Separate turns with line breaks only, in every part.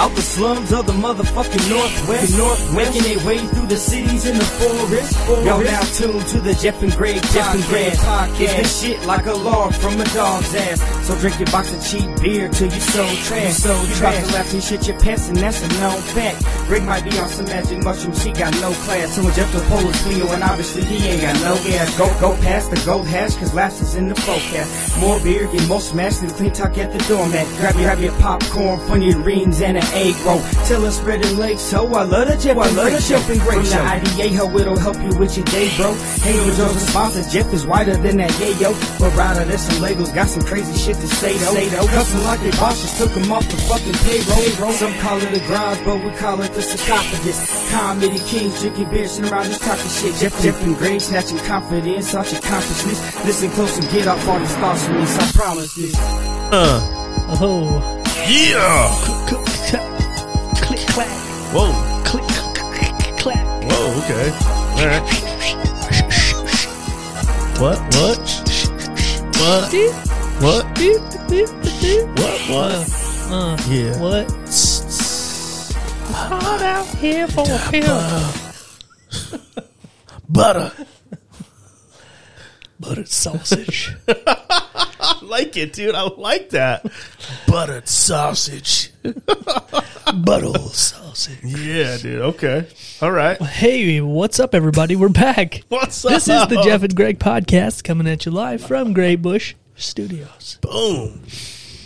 Out the slums of the motherfucking Northwest. The Northwest. Making their way through the cities in the forest. forest. Y'all now tuned to the Jeff and Greg Jeff and Greg podcast. It's the shit like a log from a dog's ass. So drink your box of cheap beer till you so trash. So you about to laugh and shit your pants and that's a known fact. Greg might be on some magic mushroom, she got no class. So when Jeff the pole is Leo and obviously he ain't got no gas. Go, go past the gold hash cause laughs is in the forecast. More beer, get more smashed than clean talk at the doormat. Grab your, grab your popcorn, funny rings and an egg roll. Tell us spread the legs, so I love the Jeff, I love the Jeff and Greg show. From the IDA, how it'll help you with your day, bro. Hey, with your responses, Jeff is whiter than that yayo. But rather than some labels, got some crazy shit to say though. Say though. Custom like they bosses took them off the fucking payroll. Some call it a grind, but we call it the sarcophagus. Comedy kings drinking beer, sitting around just talking shit. Jeff, Jeff and Greg snatching confidence out your consciousness. Listen close and get off all these thoughts from this, I promise this.
Oh,
Yeah.
click clack,
Whoa.
click clack, clack.
Whoa. Okay. All right.
What? What? What? What? What? What? Uh,
Yeah.
What? Hot out here for a pill.
Butter.
Buttered sausage.
I like it, dude. I like that. Buttered sausage.
Butthole sausage.
Yeah, dude. Okay. All right.
Hey, what's up, everybody? We're back.
What's
This is
up?
the Jeff and Greg podcast coming at you live from Grey Bush Studios.
Boom.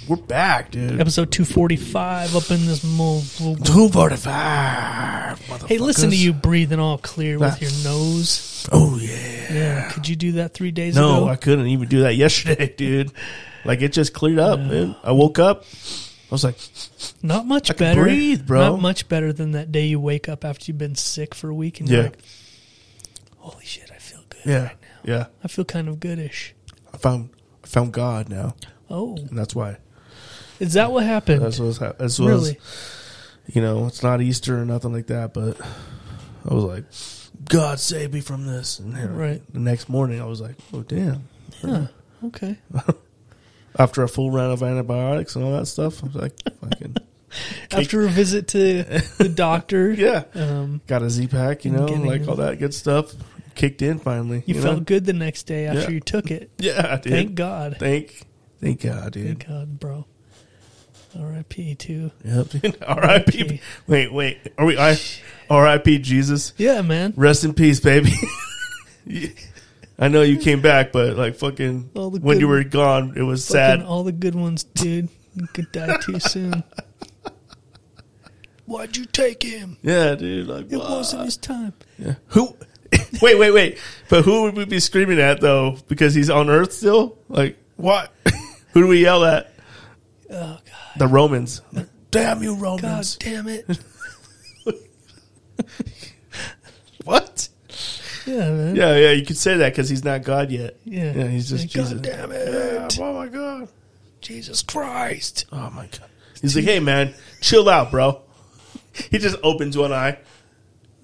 We're back, dude.
Episode 245 up in this mo.
Two forty-five.
Hey, listen to you breathing all clear with your nose.
Oh yeah.
Yeah, could you do that three days ago?
No, I couldn't even do that yesterday, dude. Like it just cleared up, man. I woke up. I was like,
Not much
I can
better.
breathe, bro.
Not much better than that day you wake up after you've been sick for a week and you're
yeah,
like, holy shit, I feel good
yeah,
right now.
yeah.
I feel kind of goodish.
I found I found God now,
Oh,
and that's why.
is that what happened?
That's what's hap- that's what's
really?
you know. It's not Easter or nothing like that, but I was like, God save me from this. And then
Right.
The next morning, I was like, oh damn.
Yeah. Okay.
After a full round of antibiotics and all that stuff, I was like, fucking
After a visit to the doctor,
yeah.
um,
Got a Z pack, you know,
Getting
like
it.
all that good stuff. Kicked in finally.
you,
know?
felt good the next day after
Yeah.
you took it.
Yeah, I did.
Thank God.
Thank, thank God, dude.
Thank God, bro. R.I.P. too.
Yep. dude. R.I.P. Wait, wait. Are we? I. R.I.P. Jesus.
Yeah, man.
Rest in peace, baby. I know you came back, but like fucking
All the
when you
good-
were gone, it was
Fucking
sad.
all the good ones, dude. Could die too soon. Why'd you take him?
Yeah, dude. Like
It
what?
wasn't his time.
who? wait, wait, wait. But who would we be screaming at though? Because he's on Earth still. Like what? who do we yell at?
Oh God!
The Romans. Damn you,
God
Romans!
damn it!
What?
Yeah, man.
Yeah, yeah. You could say that because he's not God yet.
Yeah.
yeah. He's just
Like,
Jesus.
God damn it!
Yeah, oh my god.
Jesus Christ!
Oh my god. He's like, hey man, chill out, bro. He just opens one eye.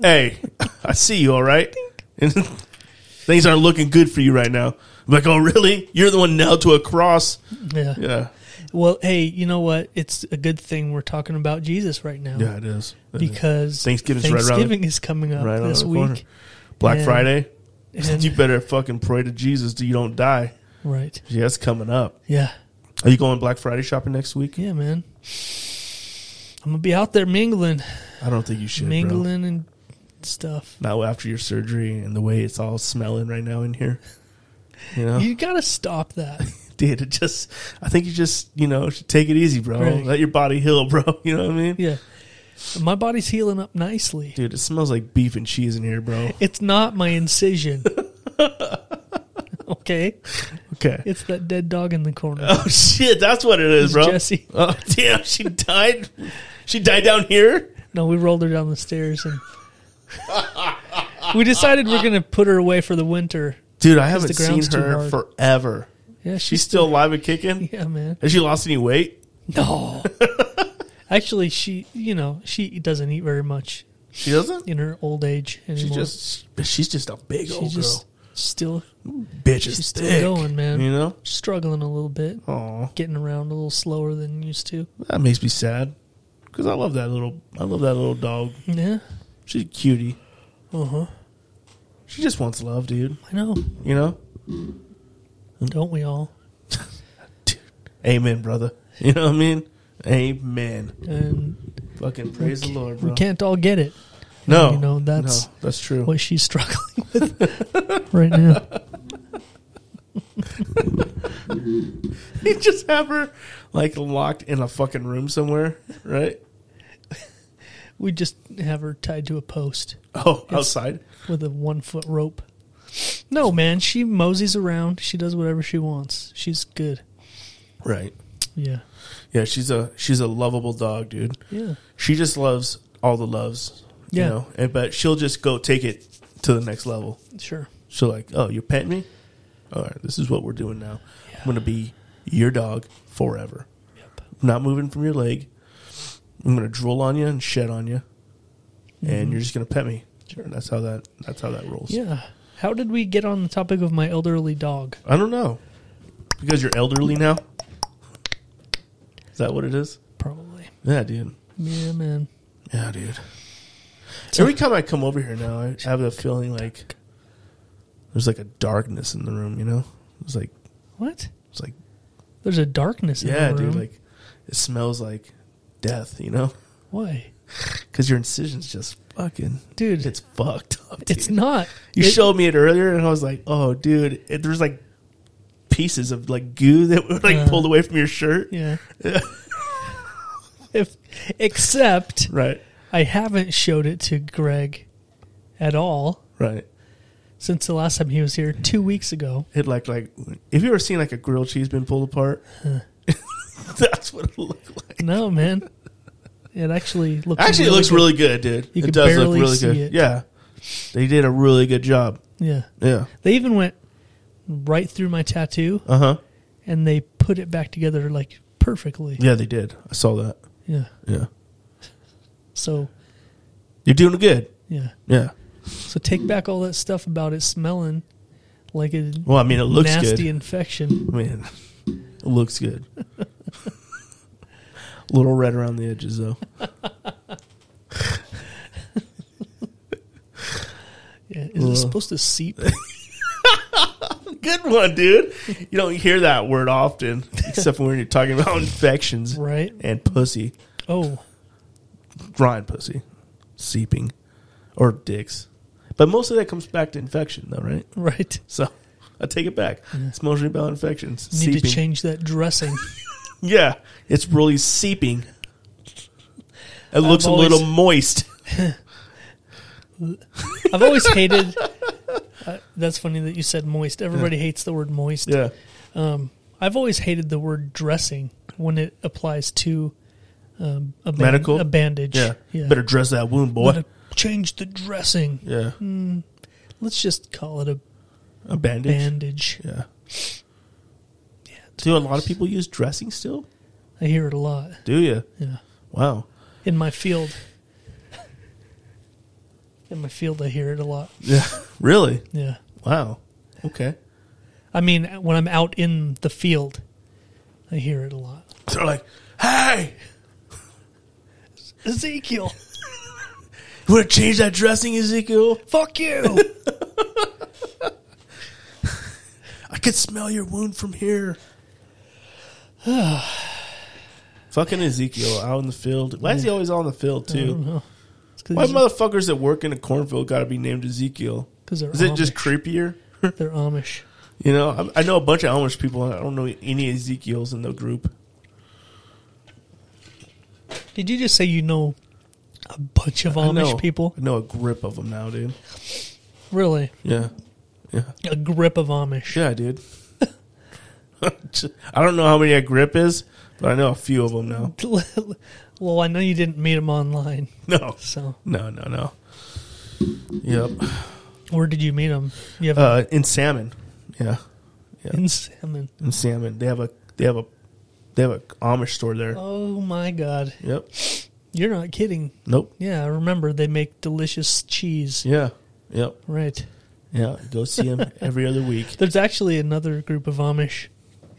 Hey, I see you, all right? And things aren't looking good for you right now. I'm like, oh really? You're the one nailed to a cross.
Yeah.
Yeah.
Well, hey, you know what? It's a good thing we're talking about Jesus right now
Yeah, it is. It is.
because
Thanksgiving's right around-
Thanksgiving is coming up
right around
this
the corner.
week.
Black
and-
Friday.
and-
you better fucking pray to Jesus that you don't die.
Right?
Yeah, it's coming up.
Yeah.
Are you going Black Friday shopping next week?
Yeah, man. I'm gonna be out there mingling,
I don't think you should. Bro.
mingling and stuff.
Not after your surgery and the way it's all smelling right now in here. You know?
You gotta stop that.
dude, it just I think you just, you know, should take it easy, bro.
Right.
Let your body heal, bro. You know what I mean?
yeah. My body's healing up nicely.
Dude, it smells like beef and cheese in here, bro.
It's not my incision. okay.
Okay.
It's that dead dog in the corner.
oh shit, that's what it is,
It's
bro.
Jesse.
Oh damn, she died. She died down here.
No, we rolled her down the stairs and we decided we're gonna put her away for the winter.
Dude, I haven't
the
seen
ground's too
her
hard.
forever.
Yeah,
She's still alive and kicking.
yeah, man.
Has she lost any weight?
No. Actually, she, you know, she doesn't eat very much
She doesn't.
in her old age
She
anymore.
just she's just a big
she's
old
just still
girl. Bitch is
she's still
thick.
going, man.
You know.
struggling a little bit,
Oh,
getting around a little slower than used to.
that makes me sad. because I love that little. I love that little dog.
Yeah.
She's a cutie.
Uh
Uh-huh.
huh.
She just wants love, dude.
I know.
You know.
Don't we all?
Amen, brother. You know what I mean? Amen.
And
Fucking praise the Lord, bro.
we can't all get it.
no,
you know, that's-
no, that's true.
What she's struggling with right now.
You just have her like locked in a fucking room somewhere, right?
We just have her tied to a post
Oh, outside.
with a one foot rope. No, man. She moseys around. She does whatever she wants. She's good.
Right.
Yeah.
Yeah, she's a she's a lovable dog, dude.
Yeah.
She just loves all the loves.
Yeah.
You know, and but she'll just go take it to the next level.
Sure.
She'll like, oh, you're petting me? All right, this is what we're doing now. I'm gonna be your dog forever.
Yep.
I'm not moving from your leg. I'm gonna drool on you and shed on you, and you're just gonna pet me. Mm-hmm. Sure. That's how that. That's how that rolls.
Yeah. How did we get on the topic of my elderly dog?
I don't know because you're elderly now. Is that what it is?
Probably.
Yeah, dude.
Yeah, man.
Yeah, dude. Every time I come over here now, I have a feeling like there's like a darkness in the room. You know, it's like
What?
it's like
There's a darkness in
yeah,
the room.
dude. Like it smells like death. You know,
Why?
because your incision's just fucking
Dude,
It's
it's,
fucked up.
it's
dude.
not.
You
It-
showed me it earlier, and I was like, "Oh, dude, it, there's like pieces of like goo that were like
Uh,
pulled away from your shirt."
Yeah. if except
Right,
I haven't showed it to Greg at all
right.
since the last time he was here 2 weeks ago.
It like like if you ever seen like a grilled cheese been pulled apart, that's what it looked like.
No, man. It actually looks
Actually, it looks
good.
really good, dude.
You
it
can
does look
barely
really
see
good.
it.
Yeah, they did a really good job.
Yeah.
Yeah.
They even went right through my tattoo
Uh huh.
and they put it back together like perfectly.
Yeah, they did. I saw that.
Yeah.
Yeah.
So,
You're doing good.
yeah.
Yeah.
So take back all that stuff about it smelling like a
Well, I mean, it looks
nasty
good.
infection.
Man, it looks good. A little red around the edges, though.
Yeah. Is
Ugh.
it supposed to seep?
Good one, dude. You don't hear that word often, except when you're talking about infections
right?
and pussy,
Oh,
grind pussy, seeping, or dicks. But most of that comes back to infection, though, right?
right.
So I take it back. It's mostly about infections.
Need to
seeping.
change that dressing.
Yeah, it's really seeping. It looks
always-
a little moist.
I've always hated. Uh, that's funny that you said moist. Everybody hates the word moist.
Yeah.
I've always hated the word dressing when it applies to um, a band-
Medical?
a bandage.
Yeah.
yeah.
Better Mm-hmm. dress that wound, boy.
Gotta change the dressing.
yeah.
Let's just call it a
A bandage.
bandage.
Yeah. Do a lot of people use dressing still?
I hear it a lot.
Do you?
Yeah.
Wow.
in my field. In my field, I hear it a lot.
Yeah. Really?
Yeah,
Wow. Okay.
I mean, when I'm out in the field, I hear it a lot.
They're like, hey,
Ezekiel,
you want to change that dressing, Ezekiel?
fuck you!
I could smell your wound from here. Fucking Ezekiel out in the field. Why is he always out in the field, too? Why motherfuckers that work in a cornfield got to be named Ezekiel?
'Cause they're
Is it just
Amish.
creepier?
they're Amish.
You know, I, I know a bunch of Amish people. and I don't know any Ezekiels in the group.
Did you just say you know a bunch of
I
Amish
know-
people?
I know a grip of them now, dude.
Really,
Yeah. Yeah.
a grip of Amish?
Yeah, dude. I don't know how many a grip is, but I know a few of them now.
well, I know you didn't meet them online,
No.
so
No, no, no. Yep.
where did you meet them? You have
Uh, in salmon. Yeah.
in salmon.
In salmon. They have a they have a they have a Amish store there.
Oh my God,
Yep.
you're not kidding.
Nope.
Yeah, I remember they make delicious cheese.
Yeah. Yep.
Right.
Yeah. Go see them every other week.
There's actually another group of Amish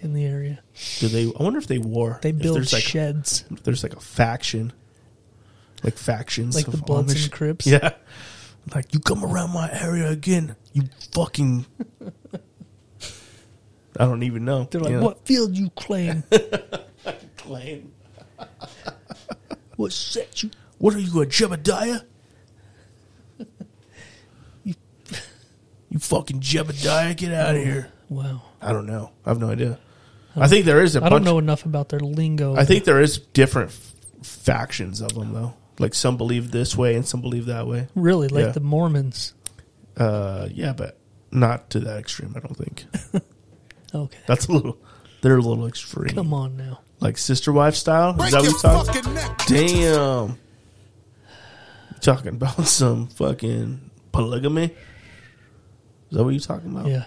in the area.
Do they I wonder if they war.
They
if
build
there's like
sheds.
if there's like a faction like factions,
like the
of
Bloods
Amish.
and Crips.
Yeah, like you come around my area again, you fucking. I don't even know.
They're like,
you know?
what field you claim?
claim?
what set you?
What are you a Jebediah? you, you fucking Jebediah, get out of here!
Wow.
I don't know. I have no idea. I think there is a
I
bunch.
don't know enough about their lingo.
I think there is different f- factions of them though. Like some believe this way and some believe that way.
really like
Yeah.
the Mormons.
Uh, yeah, but not to that extreme. I don't think
Okay.
that's a little. They're a little extreme.
Come on now.
Like sister wife style. Is that what you're talking? Damn. You talking about some fucking polygamy? Is that what you're talking about?
Yeah.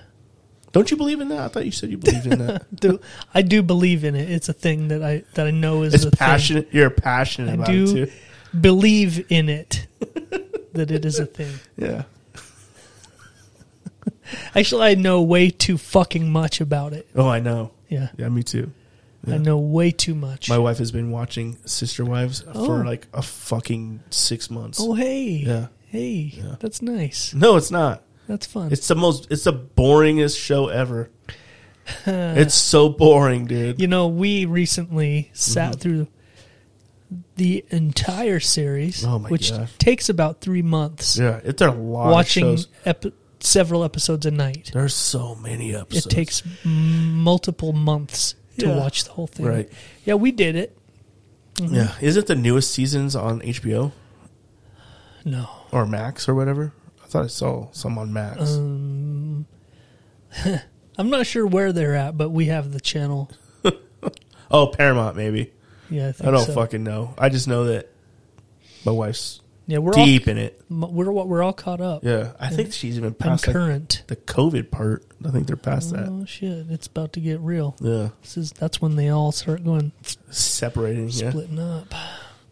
Don't you believe in that? I thought you said you believed in that.
Do, I do believe in it. It's a thing that I that I know is
it's
a
passionate. You're passionate
thing. I
about
do
it too.
believe in it. that it is a thing.
Yeah.
Actually, I know way too fucking much about it.
Oh, I know.
Yeah.
Yeah, me too.
I know way too much.
My wife has been watching Sister Wives
Oh.
for like a fucking six months.
oh hey.
Yeah.
Hey. That's nice.
No, it's not.
That's fun.
It's the most. It's the boringest show ever. it's so boring, dude.
you know, we recently sat
Mm-hmm.
through the entire series,
Oh my
which
gosh.
takes about three months,
Yeah, it's a lot.
watching
of shows.
epi- several episodes a night.
There's so many
It
episodes.
takes m- multiple months to
Yeah.
watch the whole thing.
Right.
Yeah, we did it.
Yeah, is it the newest seasons on HBO
No.
or Max or whatever? I thought I saw some on Max.
Uh, Um, I'm not sure where they're at, but we have the channel.
oh, Paramount maybe.
Yeah, I, think
I don't
so.
fucking know. I just know that my wife's
Yeah, we're
deep in it.
all m- we're all- we're all caught up.
Yeah, I think she's even
I'm
past like,
current.
the COVID part. I think they're past that.
Oh shit, it's about to get real.
Yeah,
This is that's when they all start going
separating. Yeah,
splitting up.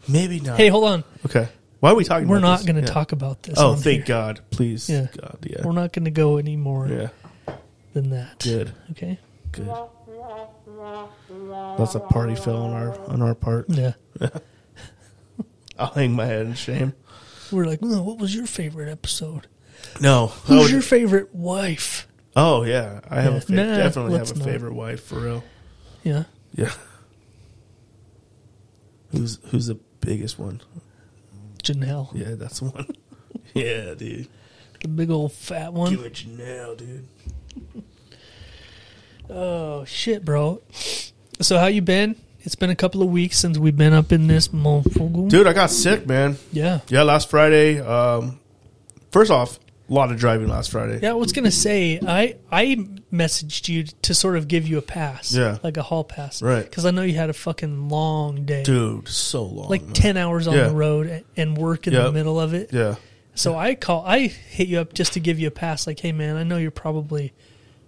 maybe not.
Hey, hold on.
okay. Why are we talking?
We're
about
not
this?
going to
Yeah.
talk about this.
Oh,
on
thank
here.
God! Please,
Yeah.
God, yeah,
We're not going to go any more
yeah,
than that.
good,
Okay.
good. That's a party fell on our on our part.
Yeah.
I'll hang my head in shame.
We're like, "Oh, what was your favorite episode?
No, I
Who's
would-
your favorite wife?
Oh yeah, I have
Yeah.
a fa-
Nah,
definitely have
let's
a
not.
favorite wife for real.
Yeah.
Yeah. Who's who's the biggest one?
Janelle,
Yeah, that's the one. yeah, dude.
the big old fat one.
Do it now, dude.
Oh shit, bro. So how you been? It's been a couple of weeks since we've been up in this motherfucker.
Dude, I got sick, man.
Yeah.
Yeah, last Friday. Um, first off, a lot of driving last Friday.
Yeah, I was gonna say I I messaged you to sort of give you a pass,
Yeah.
like a hall pass,
Right.
Because I know you had a fucking long day,
Dude, so long.
like
man.
ten hours on
Yeah.
the road a- and work in the
Yep.
middle of it.
Yeah.
So I call, I hit you up just to give you a pass. Like, hey man, I know you're probably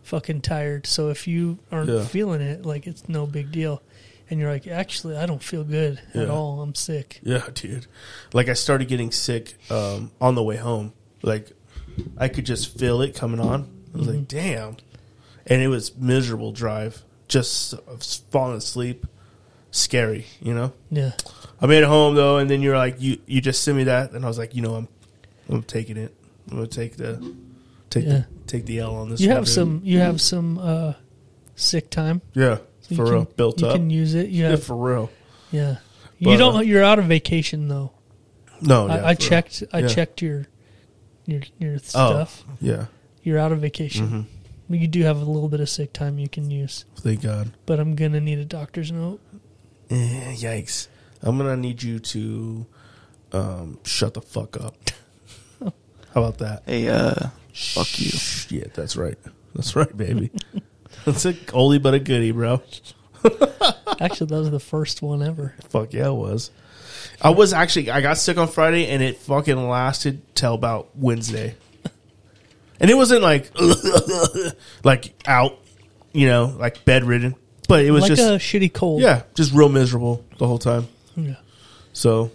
fucking tired. So if you aren't
Yeah.
feeling it, like it's no big deal. And you're like, actually, I don't feel good at
Yeah.
all. I'm sick.
Yeah, dude. Like I started getting sick um, on the way home. Like I could just feel it coming on. I
Mm-hmm.
was like, damn. And it was miserable drive. Just uh, falling asleep. Scary, you know.
Yeah,
I made it home though, and then you're like, you you just sent me that, and I was like, you know, I'm I'm taking it. I'm gonna take the take
Yeah.
the, take the L on this.
you
one,
have
dude.
some, you have some uh, sick time.
yeah,
You
for
can-
real, built
you
up.
can use it. You
yeah,
have
for real.
Yeah. you
But,
don't.
uh,
you're out of vacation though.
No, yeah,
I, I
for real.
checked. I
Yeah. Oh.
checked your your your stuff.
Yeah,
You're out of vacation.
Mm-hmm.
But You do have a little bit of sick time you can use,
thank God.
but I'm gonna need a doctor's note.
Eh, yikes! I'm gonna need you to um, shut the fuck up. How about that?
Hey, uh, fuck you.
Shit, that's right. That's right, baby. That's a oldie but a goodie, bro.
Actually, that was the first one ever.
Fuck yeah, it was. I was actually I got sick on Friday and it fucking lasted till about Wednesday. And it wasn't like like out, you know, like bedridden, but it was
like
just
a shitty cold.
yeah, just real miserable the whole time.
Yeah.
So,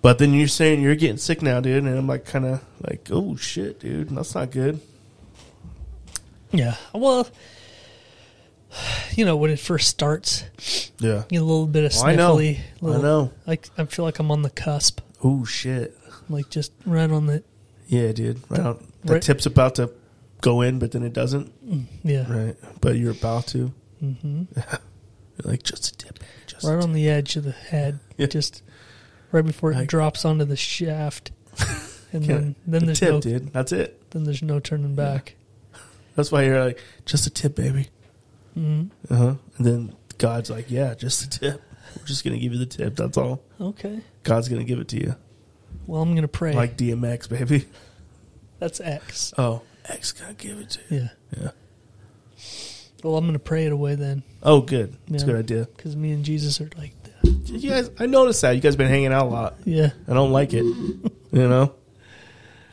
but then you're saying you're getting sick now, dude, and I'm like kind of like, oh shit, dude, that's not good.
Yeah. Well, you know, when it first starts,
Yeah.
you get a little bit of
Oh, I know.
sniffly. little-
I know.
Like I feel like I'm on the cusp,
Oh shit.
like just right on the
Yeah, dude. Right out. The
Right.
tip's about to go in, but then it doesn't.
mm, yeah, right,
Right. But you're about to. Mm-hmm. like just a tip. baby, Just a
on the edge of the head,
Yeah.
just right before it
Like-
drops onto the shaft, and
Yeah,
then then
the
there's
tip,
no
dude. That's it.
then there's no turning back.
That's why you're like just a tip, baby. Mm-hmm. Uh huh. And then God's like, yeah, just a tip. We're just gonna give you the tip. That's all.
Okay,
God's gonna give it to you,
well I'm gonna pray.
like DMX, baby.
That's X.
Oh, X gonna give it to you.
Yeah.
Yeah.
Well, I'm gonna pray it away then,
Oh, good. That's a
Yeah.
good idea.
because me and Jesus are like that.
You guys, I noticed that you guys been hanging out a lot.
Yeah.
I don't like it. You know,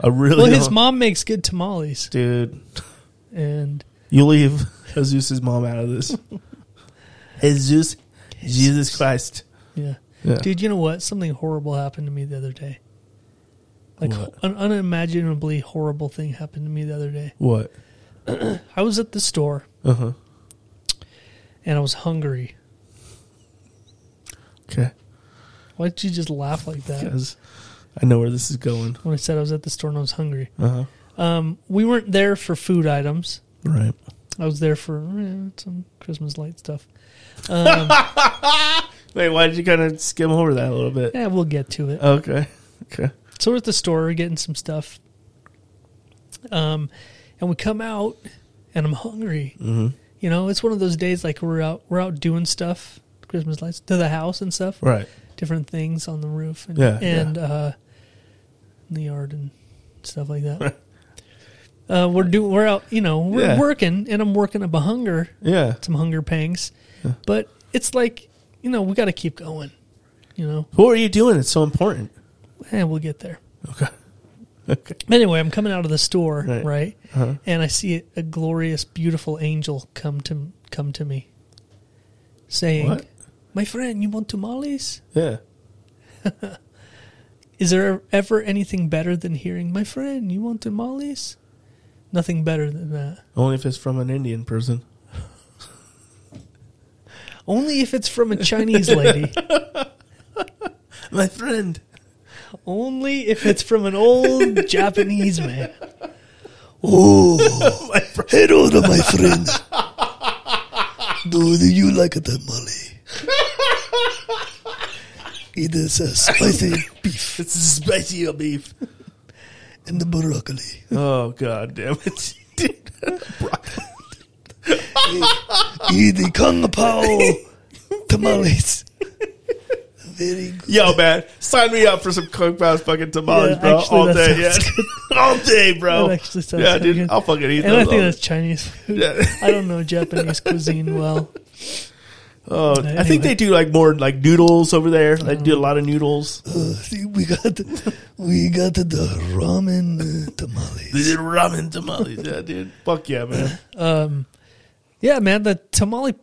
I really
Well, his
don't.
mom makes good tamales,
dude.
and
You leave Jesus's mom out of this. Jesus, Jesus Christ.
yeah.
Yeah.
Dude, you know what? Something horrible happened to me the other day. Like
What?
an unimaginably horrible thing happened to me the other day.
What?
I was at the store
Uh huh.
and I was hungry.
Okay.
Why did you just laugh like that
Because I know where this is going.
when I said I was at the store and I was hungry?
Uh huh.
Um, we weren't there for food items.
Right.
I was there for eh, some Christmas light stuff.
Wait, why did you kind of skim over that a little bit?
Yeah, Eh, we'll get to it.
Okay. Okay.
So we're at the store getting some stuff. Um, and we come out, and I'm hungry. Mm-hmm. You know, it's one of those days like we're out we're out doing stuff, Christmas lights to the house and stuff,
Right.
different things on the roof and
Yeah,
and Uh, in the yard and stuff like that. uh, we're do we're out. You know, we're
Yeah.
working, and I'm working up a hunger,
Yeah.
some hunger pangs, but it's like you know we got to keep going. You know,
Who are you doing? It's so important.
and we'll get there.
Okay. Okay.
Anyway, I'm coming out of the store,
Right.
right?
Uh-huh.
And I see a glorious, beautiful angel come to come to me, saying,
What?
"My friend, you want tamales?
Yeah.
Is there ever anything better than hearing, my friend, you want tamales? Nothing better than that.
Only if it's from an Indian person.
Only if it's from a Chinese lady.
My friend.
Only if it's from an old Japanese man.
Oh, hello there, my friend. Do you like a tamale? It is a spicy beef
It's spicy beef.
and the broccoli.
Oh god damn it. Dude.
Eat the kung pao tamales. Very good.
Yo man, sign me up for some Kung Pao's fucking tamales,
Yeah,
bro.
actually,
All
that
day, yeah.
sounds
All day, bro.
That actually sounds
yeah,
kinda
dude.
good.
I'll fucking eat
And
those.
I think
all
that's
day.
Chinese food.
Yeah.
I don't know Japanese cuisine well.
Oh, I think
Anyway. Um,
they do like more like noodles over there. They do a lot of noodles.
Uh, see, we got we got the ramen uh, tamales.
These are ramen tamales, yeah, dude. Fuck yeah, man.
Um, Yeah, man, the tamale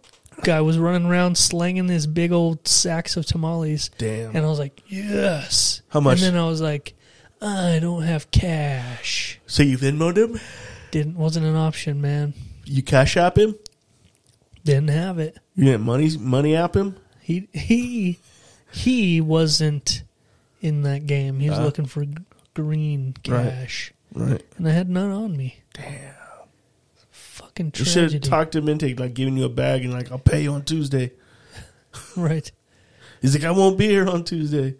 guy was running around slanging his big old sacks of tamales.
Damn.
And I was like, yes.
How much?
And then I was like, I don't have cash.
So you Venmo'd him?
Didn't wasn't an option, man.
You cash app him?
Didn't have it.
You didn't money money app him?
He he he wasn't in that game. He was looking for g- green
Uh-huh. Right.
cash,
Right.
and I had none on me. Damn. Fucking
You should
tragedy.
have talked him into like giving you a bag and like I'll pay you on Tuesday.
right.
He's like, I won't be here on Tuesday.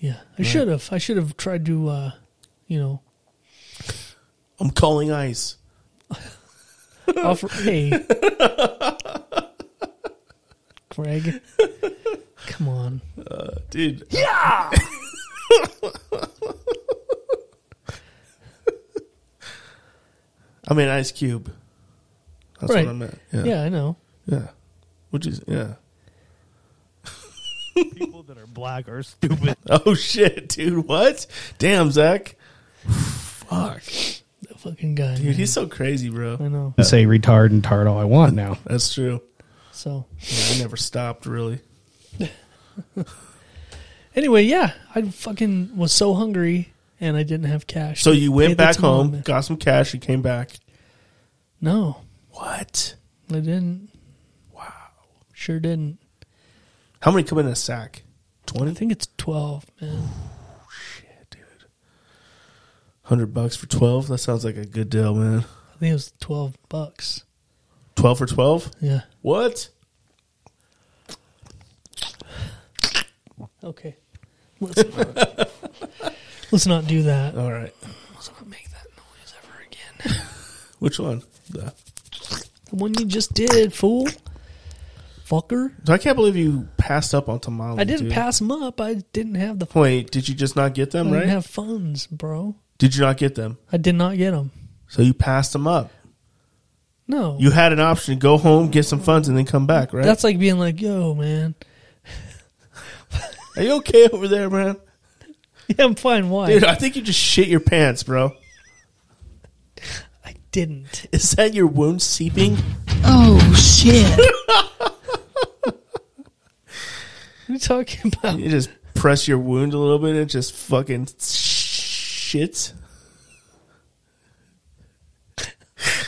Yeah. I should have. I should have tried to uh, you know,
I'm calling ICE.
offer hey Greg. Come on.
Uh, Dude. I mean Ice Cube. That's
Right.
what I meant.
Yeah. I know.
Yeah. Which is yeah.
people that are black are stupid.
Oh shit, dude! What? Damn, Zach. Fuck,
That fucking guy.
dude,
man.
he's so crazy, bro.
I know.
I say retard and tard all I want now.
That's true.
So
Yeah, I never stopped really.
anyway, yeah. I fucking was so hungry and I didn't have cash.
So
to
you
pay
went
the
back
tamale
home,
man.
got some cash, you came back.
No.
What?
They didn't. Wow. Sure didn't.
How many come in a sack? Twenty.
I think it's 12, man.
Hundred bucks for twelve. That sounds like a good deal, man.
I think it was 12 bucks.
Twelve for twelve.
Yeah.
What?
Okay. Let's not, let's not do that.
All right.
Let's not make that noise ever again.
Which one? The-
The one you just did, fool. Fucker.
So I can't believe you passed up on tamales.
I didn't
Oh, dude.
pass them up. I didn't have the.
Wait, did you just not get
I
them? Right?
didn't have funds, bro.
did you not get them?
I did not get them.
So you passed them up.
No.
You had an option to go home, get some funds, and then come back, right?
That's like being like, yo, man.
Are you okay over there, man?
Yeah, I'm fine. Why?
Dude, I think you just shit your pants, bro.
I didn't.
Is that your wound seeping?
Oh shit.
What are you talking about?
You just press your wound a little bit and it just fucking shits.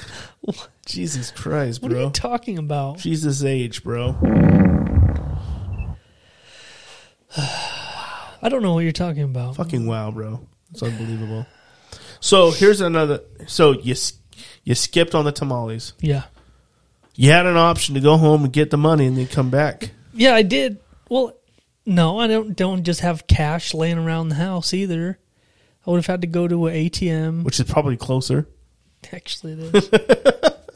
Jesus Christ,
What are
bro.
you talking about?
Jesus age, bro.
I don't know what you're talking about.
Fucking wow, bro. It's unbelievable. So here's another. So you s- you skipped on the tamales.
Yeah.
You had an option to go home and get the money and then come back.
Yeah, I did. Well, no, I don't don't just have cash laying around the house either. I would have had to go to an ATM.
which is probably closer.
Actually, it is.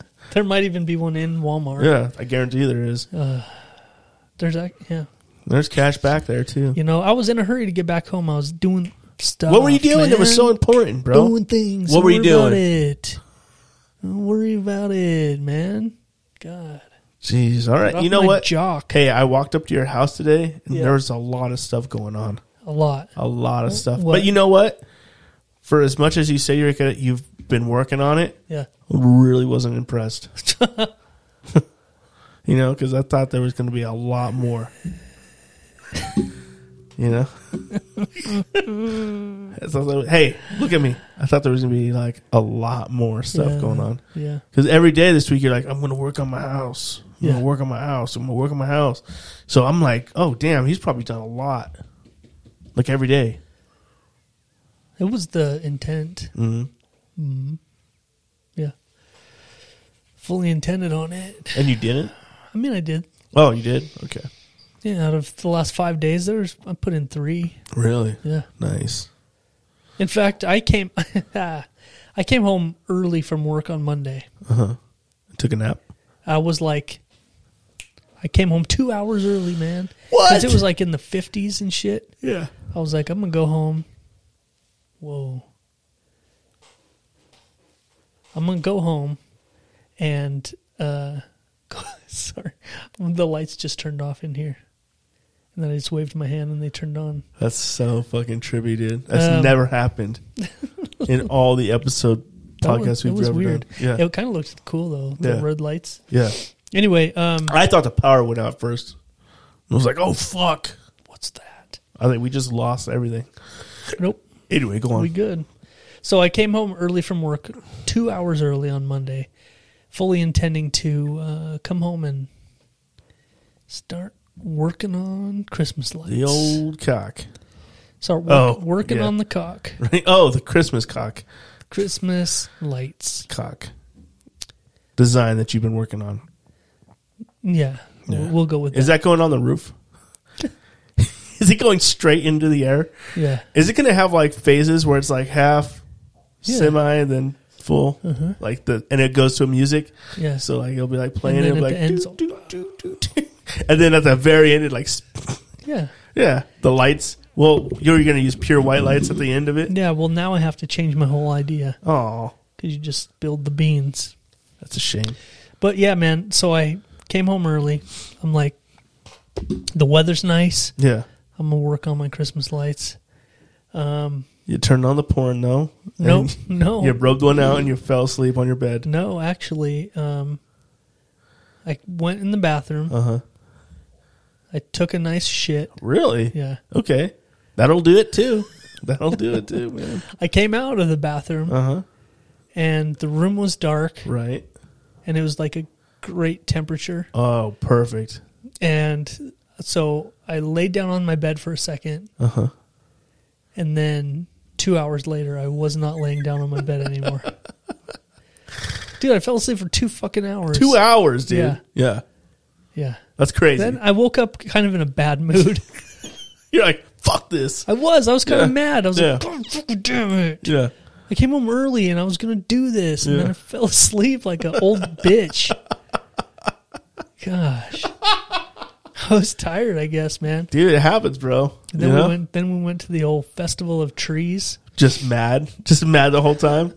there might even be one in Walmart.
Yeah, I guarantee there is.
There's that. Yeah.
There's cash back there too.
You know, I was in a hurry to get back home. I was doing stuff.
What were you doing that was
man.
so important, bro?
Doing things.
What
Don't
were you
worry about
doing?
it. Don't worry about it, man. God.
Jeez, all right.
Off
You know
my
what?
Jock.
Hey, I walked up to your house today, and
Yeah.
there was a lot of stuff going on.
A lot.
A lot of stuff.
what?
But you know what? For as much as you say you're gonna, you've been working on it,
Yeah.
I really wasn't impressed. you know, because I thought there was going to be a lot more. you know, I thought there was- hey, look at me! I thought there was going to be like a lot more stuff
Yeah.
going on.
Yeah.
Because every day this week you're like, I'm going to work on my house. I'm going
Yeah.
to work on my house. I'm going to work on my house. So I'm like, oh damn, he's probably done a lot. Like every day.
It was the intent. Mm-hmm. Yeah. Fully intended on it.
And you didn't?
I mean, I did.
Oh, you did? Okay.
Yeah, out of the last five days, there was, I put in three.
Really?
Yeah.
Nice.
In fact, I came, I came home early from work on Monday.
Took a nap.
I was like, I came home two hours early, man.
What?
Because it was like in the fifties and shit.
Yeah.
I was like, I'm gonna go home. Whoa. I'm gonna go home, and uh, sorry, the lights just turned off in here, and then I just waved my hand and they turned on.
That's so fucking trippy, dude. That's
Um,
never happened in all the episode
That was-
podcasts
it
we've
was
ever
weird.
done. Yeah,
It kind of looked cool though.
Yeah.
The red lights.
yeah.
Anyway, um,
I thought the power went out first. I was like, "Oh fuck!"
what's that?
I think we just lost everything.
Nope.
Anyway, go
We
on.
good. So I came home early from work, two hours early on Monday, fully intending to uh, come home and start working on Christmas lights.
The old cock.
start work,
oh,
working
yeah.
on the cock,
Right? Oh, the Christmas cock.
Christmas lights.
Cock design that you've been working on.
Yeah, We'll, we'll go with
Is that going on the roof? Is it going straight into the air?
that. Yeah,
Is it going to have like phases where it's like half
Yeah. Uh-huh.
semi and then full, like the and it goes to music?
yeah.
So like it'll be like playing
then
and,
at
like
the end,
doo,
it's all-
doo, doo, doo, doo. and then at the very end it like s-
yeah,
yeah the lights. Well, you're gonna use pure white lights at the end of it.
yeah. Well, now I have to change my whole idea
Oh,
because you just build the beans.
that's a shame.
But yeah, man. So I came home early. I'm like, the weather's nice.
Yeah,
I'm gonna work on my Christmas lights.
you turned on the porn though. and
Nope, no,
You rubbed one out and you fell asleep on your bed.
no. Actually, um, I went in the bathroom.
Uh huh.
I took a nice shit.
Really?
Yeah,
Okay, that'll do it too. That'll do it too, man.
I came out of the bathroom
Uh huh.
and the room was dark.
Right.
and it was like a great temperature.
Oh, perfect.
And so I laid down on my bed for a second.
Uh-huh.
And then two hours later, I was not laying down on my bed anymore. Dude, I fell asleep for two fucking hours.
Two hours, dude. Yeah,
Yeah. Yeah.
that's crazy.
Then I woke up kind of in a bad mood.
You're like, fuck this.
I was. I was kind of
Yeah.
mad. I was
Yeah.
like, God fucking damn it.
Yeah,
I came home early and I was going to do this. And
Yeah.
then I fell asleep like an old bitch. Gosh. I was tired, I guess, man.
dude, it happens, bro.
And then
You know?
we went. Then we went to the old festival of trees.
just mad, just mad the whole time.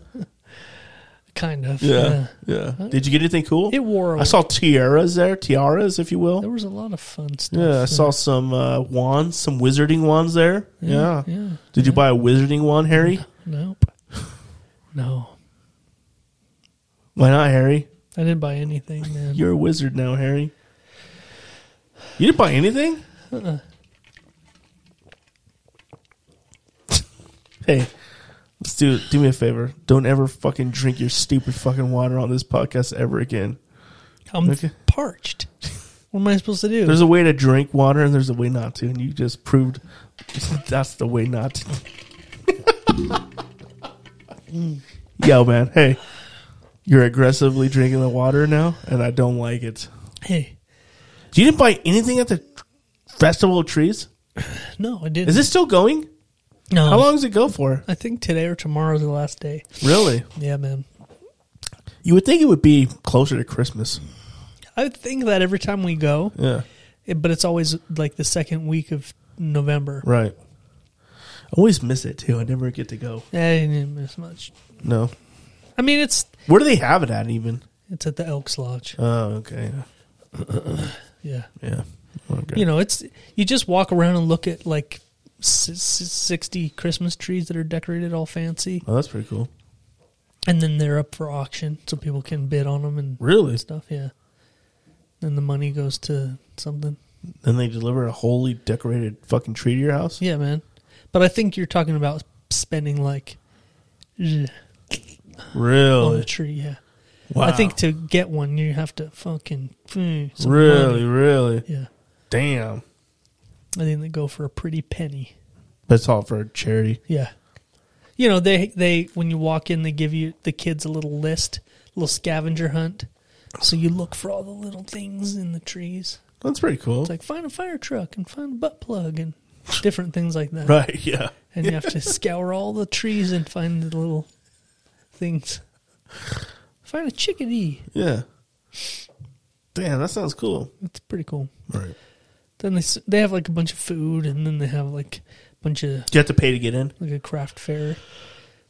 Kind of.
Yeah, yeah. Did you get anything cool?
It wore a-
I saw tiaras there, tiaras, if you
There
will.
was a lot of fun stuff.
Yeah, I saw some uh, wands, some wizarding wands there. Yeah.
Yeah.
Did you buy a wizarding wand, Harry?
Nope. No,
Why not, Harry?
I didn't buy anything, man.
You're a wizard now, Harry. You didn't buy anything? hey, let's do do me a favor. Don't ever fucking drink your stupid fucking water on this podcast ever again.
I'm
Okay.
parched. What am I supposed to do?
There's a way to drink water and there's a way not to, and you just proved that's the way not to. Yo, man, hey, you're aggressively drinking the water now, and I don't like it.
hey,
You didn't buy anything at the Festival of Trees?
no, I didn't.
Is this still going?
no?
How long does it go for?
I think today or tomorrow's the last day.
Really?
Yeah, man.
You would think it would be closer to Christmas.
I think that every time we go,
Yeah.
it, but it's always like the second week of November.
Right. I always miss it too. I never get to go.
I Eh, didn't miss much.
No.
I mean, it's
Where do they have it at even?
it's at the Elks Lodge.
Oh, okay.
Yeah.
Yeah. Okay.
you know it's you just walk around and look at like s- s- 60 christmas trees that are decorated all fancy
Oh, that's pretty cool.
and then they're up for auction so people can bid on them and
Really?
stuff yeah and the money goes to something
Then they deliver a wholly decorated fucking tree to your house?
yeah man but i think you're talking about spending like eh, on
Really?
a tree yeah
Wow.
i think to get one you have to fucking eh, some
really,
money.
really.
yeah
Damn.
i think they go for a pretty penny
That's all for a charity.
Yeah. You know, they they when you walk in they give you the kids a little list, little scavenger hunt. So you look for all the little things in the trees.
That's pretty cool.
It's like find a fire truck and find a butt plug and different things like that.
right, yeah.
And you have to scour all the trees and find the little things. Find a chickadee.
Yeah. Damn, that sounds cool.
That's pretty cool.
Right.
Then they s- they have like a bunch of food and then they have like a bunch of
Do you have to pay to get in?
like a craft fair where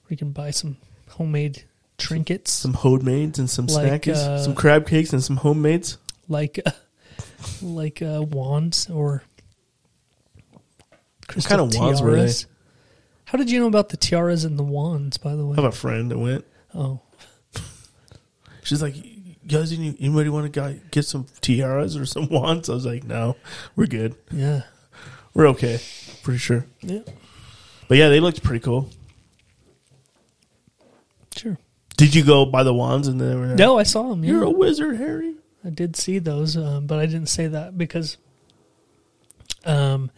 you can buy some homemade trinkets.
Some homemades and some
Like,
snackies,
uh,
some crab cakes and some homemades.
like uh, like uh, wands or crystal
kind of wands were they?
tiaras. How did you know about the tiaras and the wands? By the way,
I have a friend that went.
oh,
She's like, "You guys, any- anybody want to go get some tiaras or some wands? I was like, no, we're good.
yeah,
We're okay. Pretty sure.
yeah,
But yeah, they looked pretty cool.
sure.
Did you go by the wands and then?
No, I saw them.
You're
Yeah.
a wizard, Harry.
I did see those, um, but I didn't say that because um,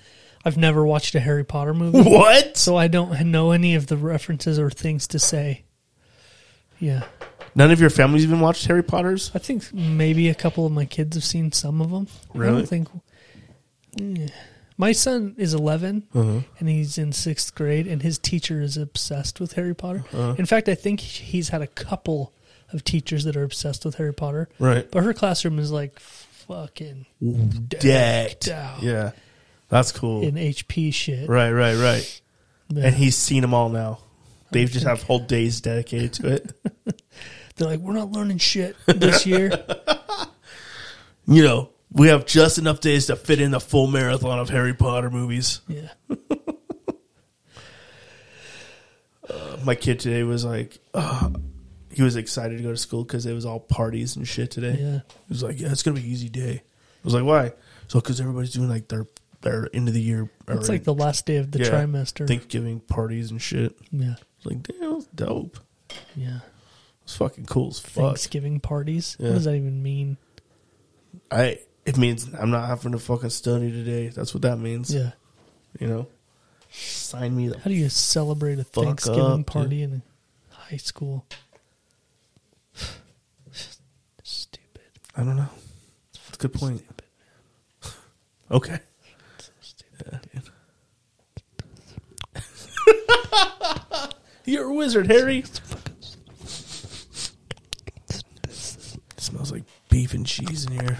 I've never watched a Harry Potter movie,
What?
so I don't know any of the references or things to say. Yeah,
None of your family's even watched Harry Potter's?
I think maybe a couple of my kids have seen some of them. I
Really?
don't think. Yeah. My son is 11
Uh-huh.
and he's in sixth grade, and his teacher is obsessed with Harry Potter.
Uh-huh.
In fact, I think he's had a couple of teachers that are obsessed with Harry Potter.
Right.
But her classroom is like fucking
Decked.
out
Yeah. That's cool.
in HP shit.
Right, right, right.
Yeah.
And he's seen them all now. They just have whole days dedicated to it.
They're like, we're not learning shit this year.
you know, we have just enough days to fit in the full marathon of Harry Potter movies.
yeah.
My kid today was like, uh, he was excited to go to school because it was all parties and shit today.
Yeah.
He was like, yeah, it's going to be an easy day. I was like, why? So, because everybody's doing like their, their end of the year. or
It's like the last day of the
yeah,
trimester.
Thanksgiving parties and shit.
yeah.
It's like, damn, that's dope.
Yeah.
I It's fucking cool as fuck.
Thanksgiving parties.
Yeah.
What does that even mean?
I it means I'm not having to fucking study today. That's what that means.
Yeah.
You know? Sign me the
How do you celebrate a
Fuck
Thanksgiving
up,
party in high school? Stupid.
I don't know. That's a good point. Okay. You're a wizard, Harry. smells like beef and cheese in here.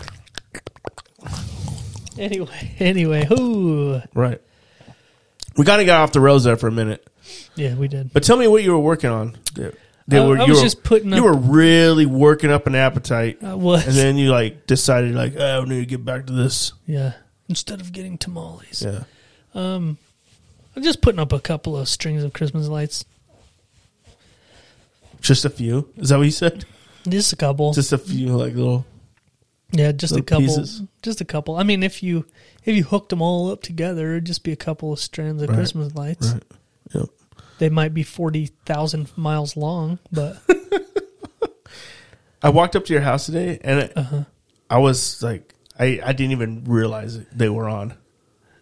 Anyway, anyway, who?
Right. We got to get off the roads there for a minute.
Yeah, we did.
But tell me what you were working on. They- they
Uh, I
you
was
were,
just putting
You
up-
were really working up an appetite.
I was.
And then you like decided like, oh, I need to get back to this.
yeah. Instead of getting tamales,
Yeah.
I'm just putting up a couple of strings of Christmas lights.
Just a few. Is that what you said?
Just a couple.
Just a few like little
yeah, just a
little
couple.
pieces.
Just a couple. I mean, if you if you hooked them all up together, it'd just be a couple of strands of
Right,
Christmas lights.
right. Yep.
They might be forty thousand miles long, but
I walked up to your house today and it,
Uh-huh.
I was like, I, I didn't even realize it, they were on.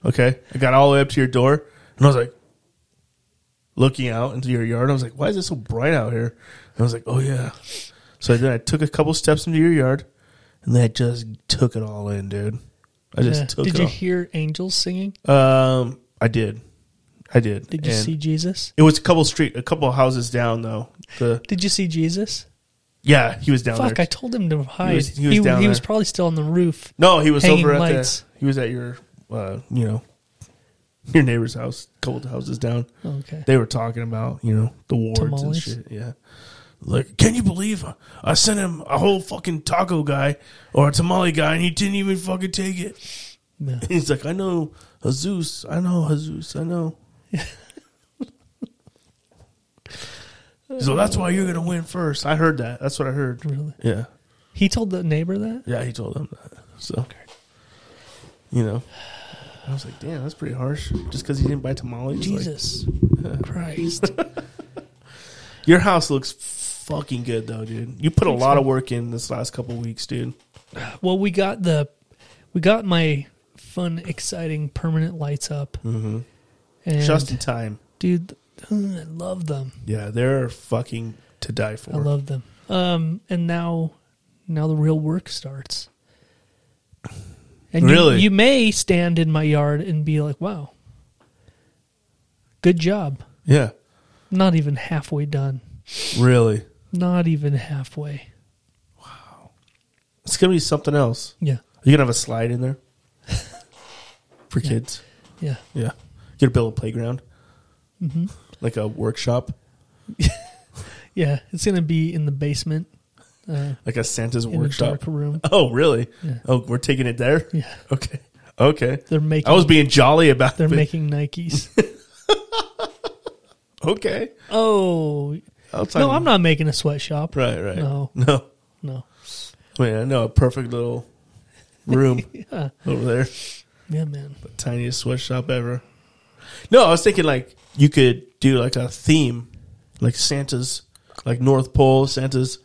Okay. I got all the way up to your door and I was like, looking out into your yard. I was like, why is it so bright out here? And I was like, oh yeah. So then I took a couple steps into your yard and then I just took it all in, dude. I just
yeah.
took
uh, did
it
you
all.
hear angels singing?
um, I did. I did.
Did you
And
see Jesus?
It was a couple street, a couple houses down though. The
Did you see Jesus?
yeah, he was down
Fuck!
there.
I told him to
He
hide. He
was-
was,
he was down there.
probably still on the roof.
No, he was
hanging
over at
lights.
the. He was at your, uh, you know, your neighbor's house, a couple houses down.
Okay.
They were talking about you know the wards and
Tamales?
shit. Yeah, like can you believe I- I sent him a whole fucking taco guy or a tamale guy and he didn't even fucking take it.
No.
He's like, I know Jesus, I know Jesus, I know. so that's why you're gonna win first. I heard that. That's what I heard.
Really?
Yeah.
He told the neighbor that.
Yeah, he told them that. So, you know, I was like, damn, that's pretty harsh. Just because he didn't buy tamales. like-
Jesus Christ!
your house looks fucking good though, dude. You put a lot of work in this last couple weeks, dude.
Well, we got the we got my fun, exciting, permanent lights up. Mm-hmm. And
Just in time.
dude, th- I love them.
Yeah, they're fucking to die for.
I love them. Um, and now, now the real work starts. And
Really?
you, you may stand in my yard and be like, "Wow, good job."
yeah,
Not even halfway done.
really.
Not even halfway.
It's gonna be something else.
Yeah,
Are you gonna have a slide in there for kids?
yeah.
Yeah, you're gonna build a playground,
Mm-hmm.
like a workshop,
Yeah, it's gonna be in the basement,
like a Santa's
in a
workshop.
dark room.
Oh, really? Oh, we're taking it there.
Yeah.
Okay. Okay.
They're making.
I was being jolly about
They're
it.
making Nikes.
okay.
oh
I'll talk
no, I'm not making a sweatshop.
Right. Right.
No.
No.
No.
I mean, I know a perfect little room over there,
Yeah, man.
the tiniest sweatshop ever. No, I was thinking like you could do like a theme, like Santa's, like North Pole Santa's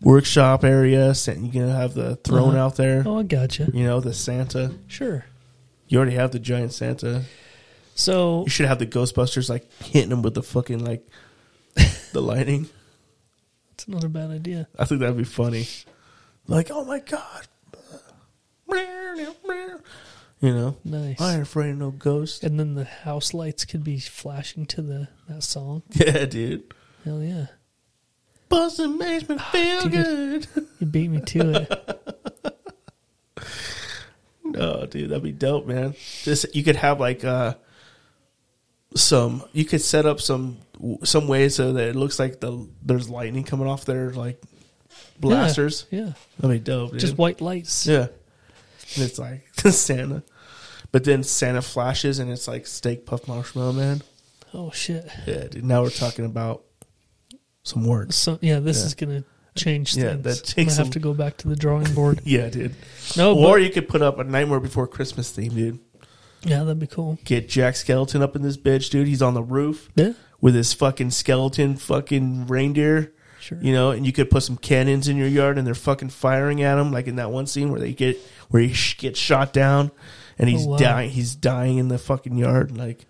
workshop area. San- you can have the throne
Uh-huh.
out there.
Oh, I gotcha.
You know the Santa.
Sure.
You already have the giant Santa.
So
You should have the Ghostbusters like hitting them with the fucking like the lightning.
it's not a bad idea.
I think that'd be funny. Like, oh my god, you know,
Nice.
I ain't afraid of no ghost.
And then the house lights could be flashing to the that song.
Yeah, dude.
Hell yeah!
Bustin' makes
Ah,
me feel good.
You beat me to it.
No, Oh, dude, that'd be dope, man. This you could have like uh some you could set up some some way so that it looks like the there's lightning coming off their like blasters.
Yeah. yeah.
That'd be dope. Dude.
Just white lights.
Yeah. And it's like Santa. But then Santa flashes and it's like steak puff marshmallow man.
Oh shit.
Yeah, dude. Now we're talking about some words.
So yeah, this
Yeah.
is gonna change
Yeah,
things.
that
I'm
takes
gonna have
some-
to go back to the drawing board.
Yeah, dude.
No,
or
Oh, but,
you could put up a Nightmare Before Christmas theme, dude.
yeah, that'd be cool.
Get Jack Skeleton up in this bitch, dude. He's on the roof
Yeah.
with his fucking skeleton fucking reindeer.
Sure.
you know, and you could put some cannons in your yard and they're fucking firing at him, like in that one scene where they get where he sh- gets shot down and he's
Oh, wow.
dying, he's dying in the fucking yard, like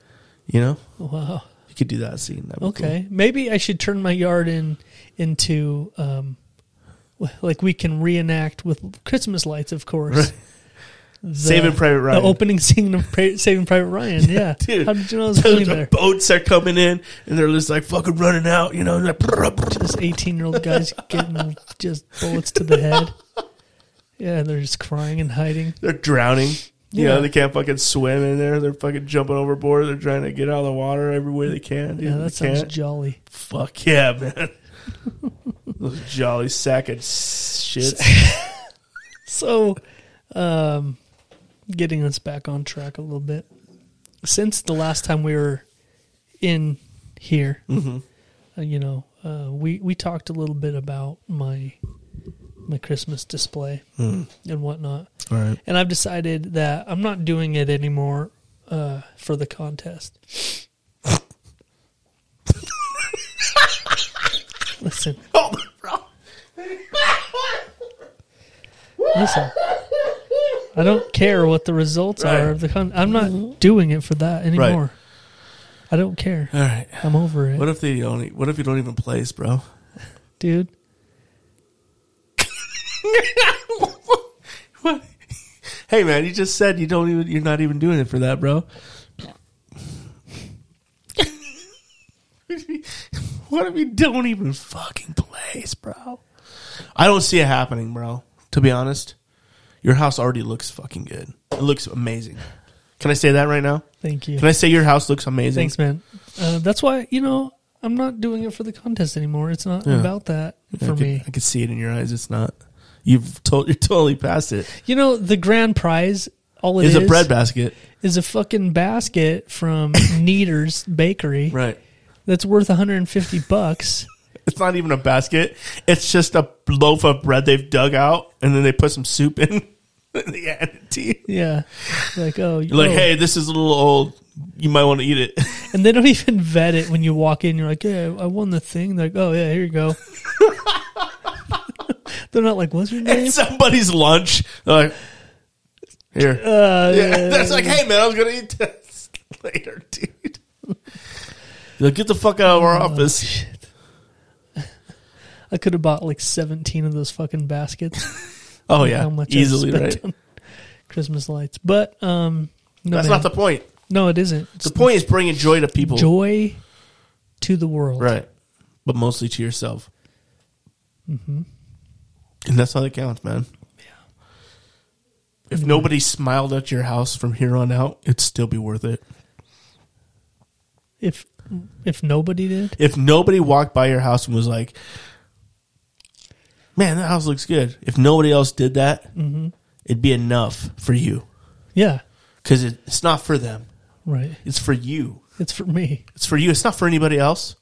you know,
Wow.
you could do that scene. That'd be
Okay. Maybe I should turn my yard in into um, w- like we can reenact with Christmas lights, of course.
Right.
The-
Saving Private Ryan.
The opening scene of pra- Saving Private Ryan. Yeah.
cool. dude.
How did you know I was
the,
going
the
there?
boats are coming in and they're just like fucking running out, you know, and like, brr, brr,
This 18 year old guy's getting just bullets to the head. Yeah, and they're just crying and hiding.
they're drowning. You
Yeah.
know, they can't fucking swim in there. They're fucking jumping overboard. They're trying to get out of the water every way they can. Dude.
Yeah, that
they
sounds
can't.
jolly.
Fuck yeah, man. Those jolly sack of shit.
So, um, getting us back on track a little bit. Since the last time we were in here, uh, you know, uh, we we talked a little bit about my my Christmas display and whatnot,
All right.
and I've decided that I'm not doing it anymore uh, for the contest. Listen.
Oh,
Listen, I don't care what the results
Right.
are of the con. I'm not doing it for that anymore. I don't care.
All right.
I'm over it,
What if they don't? e- What if you don't even place, bro?
dude.
What? Hey, man, you just said you don't even. You're not even doing it for that, bro. what if you don't even fucking place, bro? I don't see it happening, bro. To be honest, your house already looks fucking good. It looks amazing. Can I say that right now?
Thank you.
Can I say your house looks amazing?
Thanks, man. Uh, that's why you know I'm not doing it for the contest anymore. It's not
Yeah.
about that
I
for
could-
me.
I can see it in your eyes. It's not. You've told. You're totally past it.
You know, the grand prize, all it
It's
is,
a bread basket,
is a fucking basket from Neater's Bakery
right?
that's worth 150 bucks.
It's not even a basket. It's just a loaf of bread they've dug out, and then they put some soup in. and they add it to you.
Yeah, like oh,
You're like,
oh.
hey, this is a little old. You might want to eat it.
And they don't even vet it when you walk in. You're like, yeah, I won the thing. They're like, oh, yeah, here you go. They're not like, what's your name?
it's somebody's lunch. They're like, here.
Uh,
yeah, that's like, hey man, I was gonna eat this later, dude. You're like, get the fuck out of
Uh,
our office.
I could have bought like 17 of those fucking baskets.
Oh yeah,
How much I
easily
spent
right.
on Christmas lights. But, um, no,
That's
man.
not the point.
no, it isn't. It's
The point is bringing joy to people,
joy to the world.
right? But mostly to yourself. And that's how that counts, man. If nobody smiled at your house from here on out, it'd still be worth it.
If, if nobody did,
If nobody walked by your house and was like, "Man, that house looks good," if nobody else did that, it'd be enough for you
yeah,
because it, it's not for them;
right.
it's for you.
It's for me.
It's for you. It's not for anybody else.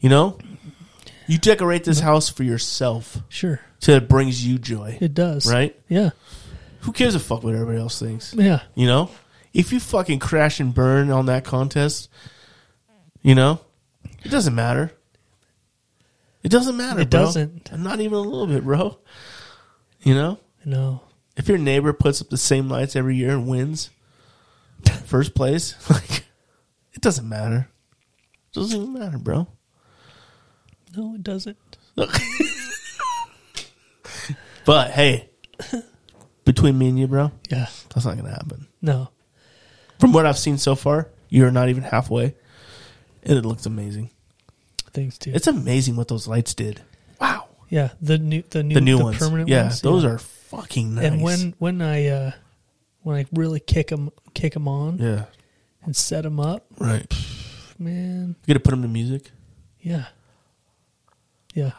You know, you decorate this house for yourself.
Sure.
So it brings you joy.
It does.
Right?
Yeah.
Who gives a fuck what everybody else thinks?
Yeah.
You know? If you fucking crash and burn on that contest, you know, it doesn't matter. It doesn't matter,
It
bro.
doesn't.
Not even a little bit, bro. You know?
No.
If your neighbor puts up the same lights every year and wins first place, like it doesn't matter. It doesn't even matter, bro.
No, it doesn't.
But hey, between me and you, bro,
Yeah.
that's not gonna happen.
No.
From what I've seen so far, you're not even halfway, and it looks amazing.
Thanks, dude.
It's amazing what those lights did. Wow,
yeah, the new, the new,
the new
the
ones,
permanent
yeah,
ones.
those
yeah.
are fucking nice.
And when when I uh, when I really kick them kick 'em on
yeah,
and set them up,
right,
man,
you gotta put them to music.
yeah, yeah.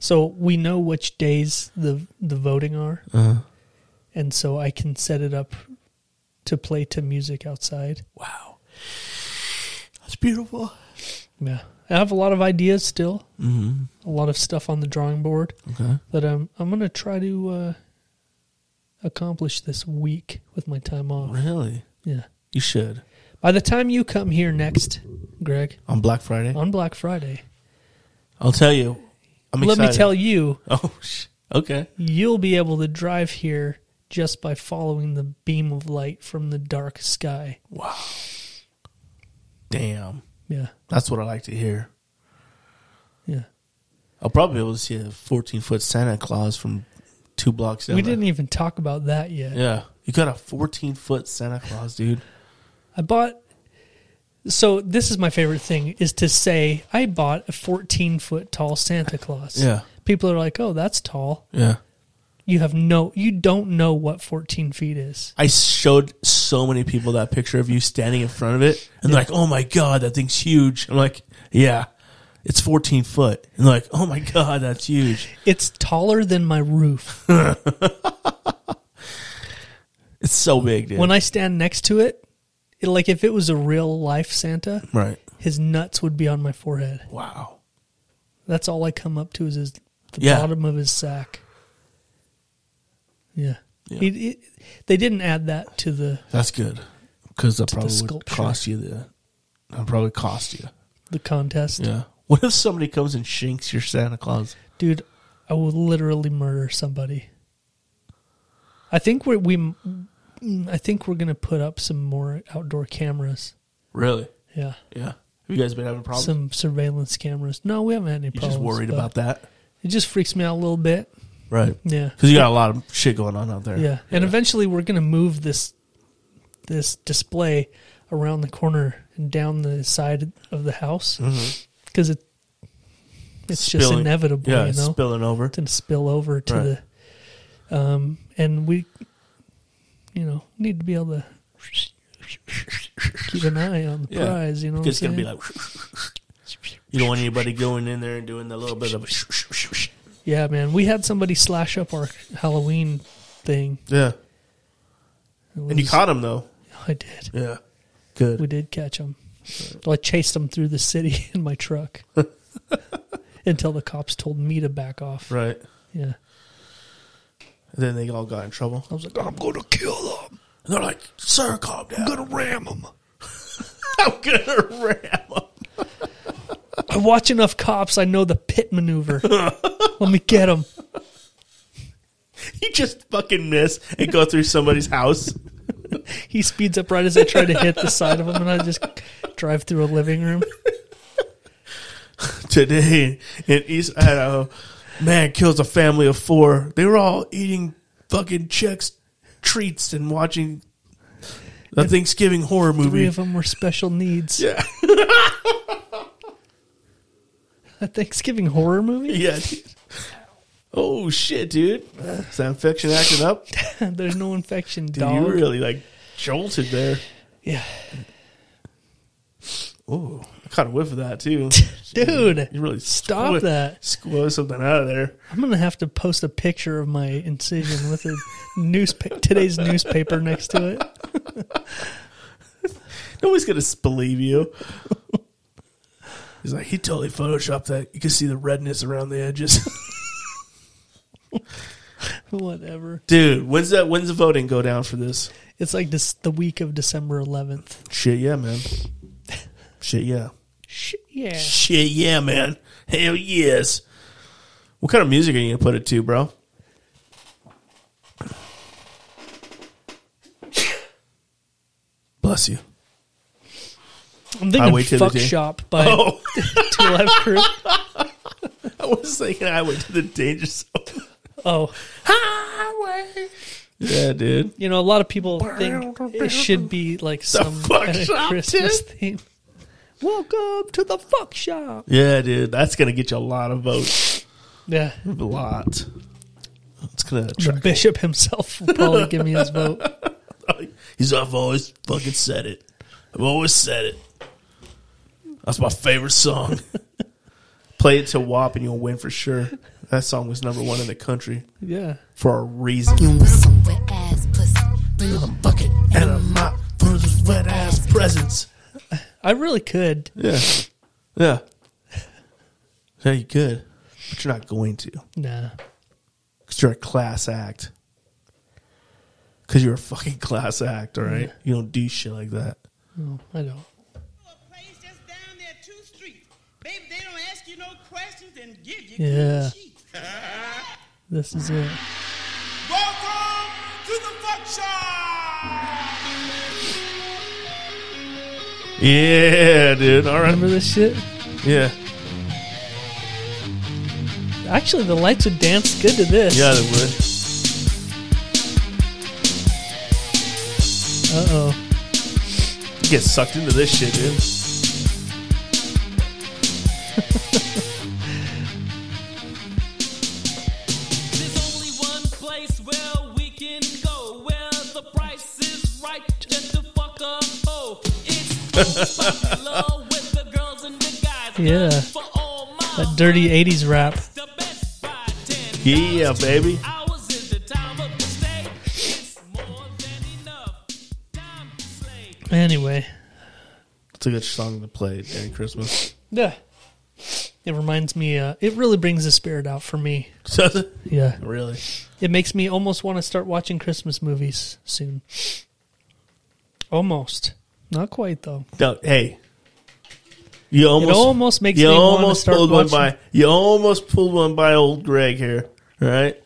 So we know which days the the voting are,
Uh-huh.
and so I can set it up to play to music outside.
Wow, that's beautiful.
Yeah, I have a lot of ideas still. Mm-hmm. A lot of stuff on the drawing board
Okay,
that I'm I'm gonna try to uh, accomplish this week with my time off.
really,
Yeah.
you should
By the time you come here next, Greg, Uh-huh.
on Black Friday.
on Black Friday,
I'll tell you, I'm I'm
let
excited.
me tell you,
Oh, sh- okay.
you'll be able to drive here just by following the beam of light from the dark sky.
Damn,
Yeah,
that's what I like to hear.
yeah.
I'll probably be able to see a 14 foot Santa Claus from two blocks down.
we
there.
didn't e- even talk about that yet.
Yeah, you got a 14 foot Santa Claus, dude.
I bought. So this is my favorite thing is to say I bought a 14 foot tall Santa Claus.
Yeah.
People are like, "Oh, that's tall."
Yeah.
You have no, you don't know what 14 feet is.
I showed so many people that picture of you standing in front of it, and they're like, "Oh my god, that thing's huge!" I'm like, "Yeah, it's 14 foot," and they're like, "Oh my god, that's huge!
It's taller than my roof.
It's so big, dude."
When I stand next to it, it, like if it was a real life Santa,
right?
his nuts would be on my forehead.
Wow.
That's all I come up to is his the
Yeah.
bottom of his sack. Yeah.
Yeah.
He- he- they didn't add that to the
That's good because that probably would
sculpture.
cost you the. That probably cost you.
the contest.
Yeah. What if somebody comes and shinks your Santa Claus?
Dude, I will literally murder somebody. I think we we mm, I think we're going to put up some more outdoor cameras.
Really?
Yeah.
Yeah. Have you guys been having problems?
Some surveillance cameras. No, we haven't had any
You're
problems.
just worried
but
about that,
It just freaks me out a little bit.
right?
Yeah.
Because you got a lot of shit going on out there.
Yeah, and eventually we're going to move this this display around the corner and down the side of the house because it it's just
Mm-hmm. Spilling-
inevitable.
Yeah,
you
it's
know,
spilling over.
it's going to spill over to
Right.
the um, and we you know need to be able to keep an eye on the
Yeah,
prize. You know, what
It's
I'm
gonna be
saying?
like. You don't want anybody going in there and doing the little bit of.
yeah, man. We had somebody slash up our Halloween thing.
Yeah,
It
and you
was-
caught him though.
I did.
Yeah,
We
good.
did catch him. I chased him through the city in my truck until the cops told me to back off.
Right.
Yeah.
And then they all got in trouble.
I was like,
I'm gonna kill them.
And they're like, "Sir, calm down.
I'm gonna ram them.
I'm gonna ram him."
I watch enough cops. I know the pit maneuver. Let me get him.
You just fucking miss and go through somebody's house.
He speeds up right as I try to hit the side of him, and I just drive through a living room.
today in East Idaho, man kills a family of four. They were all eating fucking Chex treats and watching the Thanksgiving horror
Three
movie.
of them were special needs.
Yeah.
A Thanksgiving horror movie?
Yeah. dude. Oh shit, dude! Is that infection acting up?
There's no infection,
Dude,
dog.
you really like jolted there.
yeah.
Oh, I caught a whiff of that too.
Dude,
You really
Stop
squo-
that.
Squoze something out of there.
I'm going to have to post a picture of my incision with a newspa- today's newspaper next to it.
Nobody's gonna believe you. He's like, he totally photoshopped that. You can see the redness around the edges,
Whatever.
dude. When's that? When's the voting go down for this?
It's like this, the week of December 11th.
Shit, yeah, man. Shit, yeah.
Shit, yeah.
Shit, yeah, man. Hell yes. What kind of music are you gonna put it to, bro? Bless you.
I'm
I
thinking
wait till the
Fuck
day-
Shop by
Oh,
Two Live Crew.
I was thinking I went to the danger zone.
Oh,
yeah, dude.
you know, a lot of people think it should be like some
Fuck
kind of
Shop,
Christmas theme. Welcome to the Fuck Shop.
Yeah, dude. That's gonna get you a lot of votes.
Yeah.
A lot. It's gonna
The
attract.
bishop himself will probably give me his vote.
He's. I've always fucking said it. I've always said it. That's my favorite song. Play it to WAP and you'll win for sure. That song was number one in the country
Yeah.
for a reason.
You want some wet ass pussy? Bring a bucket
And I'm not for those wet ass presents.
I really could.
Yeah, yeah, yeah. You could, but you're not going to
Nah.
because you're a class act. Because you're a fucking class act, all right? You don't do shit like that.
No, I don't.
a place just down there, two streets. Baby, they don't ask you no questions and give you
Yeah.
good cheek.
This is it.
Welcome to the fuck shop.
Yeah, dude. All right.
Remember this shit?
Yeah.
Actually, the lights would dance good to this.
Yeah, they would.
Uh oh.
You get sucked into this shit, dude.
There's only one place where we can go, where the price is right, just to fuck a hoe. It's popular with the girls and the guys.
Yeah.
For all my
That dirty 80s rap.
the best by ten
Yeah, baby.
hours is the time of the stay. It's more than enough time to slay.
Anyway.
It's a good song to play during Christmas.
Yeah. It reminds me, uh, it really brings the spirit out for me.
Does it?
Yeah.
Really?
It makes me almost want to start watching Christmas movies soon. Almost. Not quite, though.
No, hey. You almost
almost makes
you
me wanna
almost
start
pulled one by
watching-
you almost pulled one by old Greg here, right?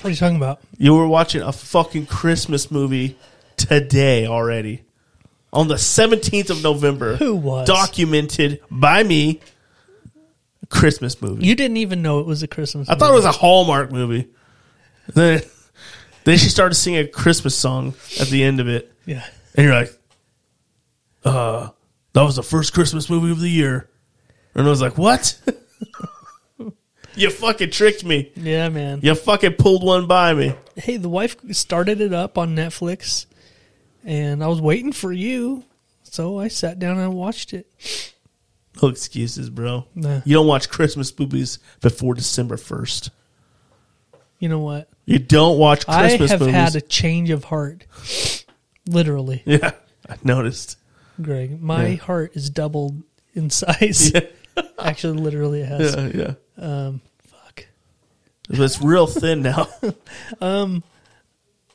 What are you talking about?
You were watching a fucking Christmas movie today already. On the 17th of November.
Who was?
Documented by me. Christmas movie.
You didn't even know it was a Christmas
I thought it was a Hallmark movie. Then, then she started singing a Christmas song at the end of it.
Yeah.
And you're like, uh, that was the first Christmas movie of the year. And I was like, what? you fucking tricked me.
Yeah, man.
You fucking pulled one by me.
hey, the wife started it up on Netflix, and I was waiting for you, so I sat down and watched it.
No excuses, bro.
Nah.
You don't watch Christmas movies before December 1st.
You know what?
You don't watch Christmas
I have
movies.
had a change of heart, literally,
yeah, I noticed.
Greg. My heart is doubled in size. Actually, literally, it has.
Yeah, yeah.
Um, Fuck.
But It's real thin now. um,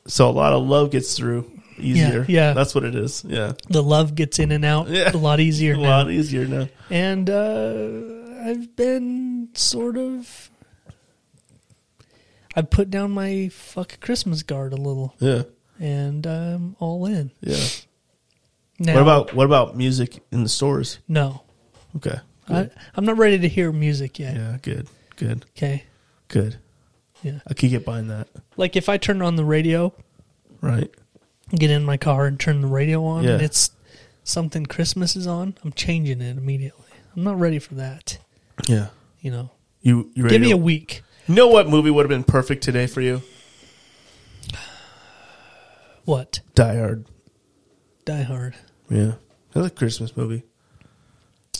so a lot of love gets through easier.
yeah.
that's what it is. Yeah,
The love gets in and out
Yeah.
a lot easier
a
now.
lot easier now.
and uh, I've been sort of. I put down my fuck Christmas guard a little,
Yeah,
and I'm all in.
yeah.
Now,
What about what about music in the stores?
no?
Okay.
I, I'm not ready to hear music yet.
Yeah, good, good,
Okay,
good.
Yeah.
I could get behind that.
like if I turn on the radio,
Right.
get in my car and turn the radio on, and
Yeah.
it's something Christmas is on, I'm changing it immediately. I'm not ready for that.
Yeah.
You know,
You you ready?
give me
to-
a week.
You know what movie would have been perfect today for you?
What?
Die Hard.
Die Hard.
Yeah. That's a Christmas movie.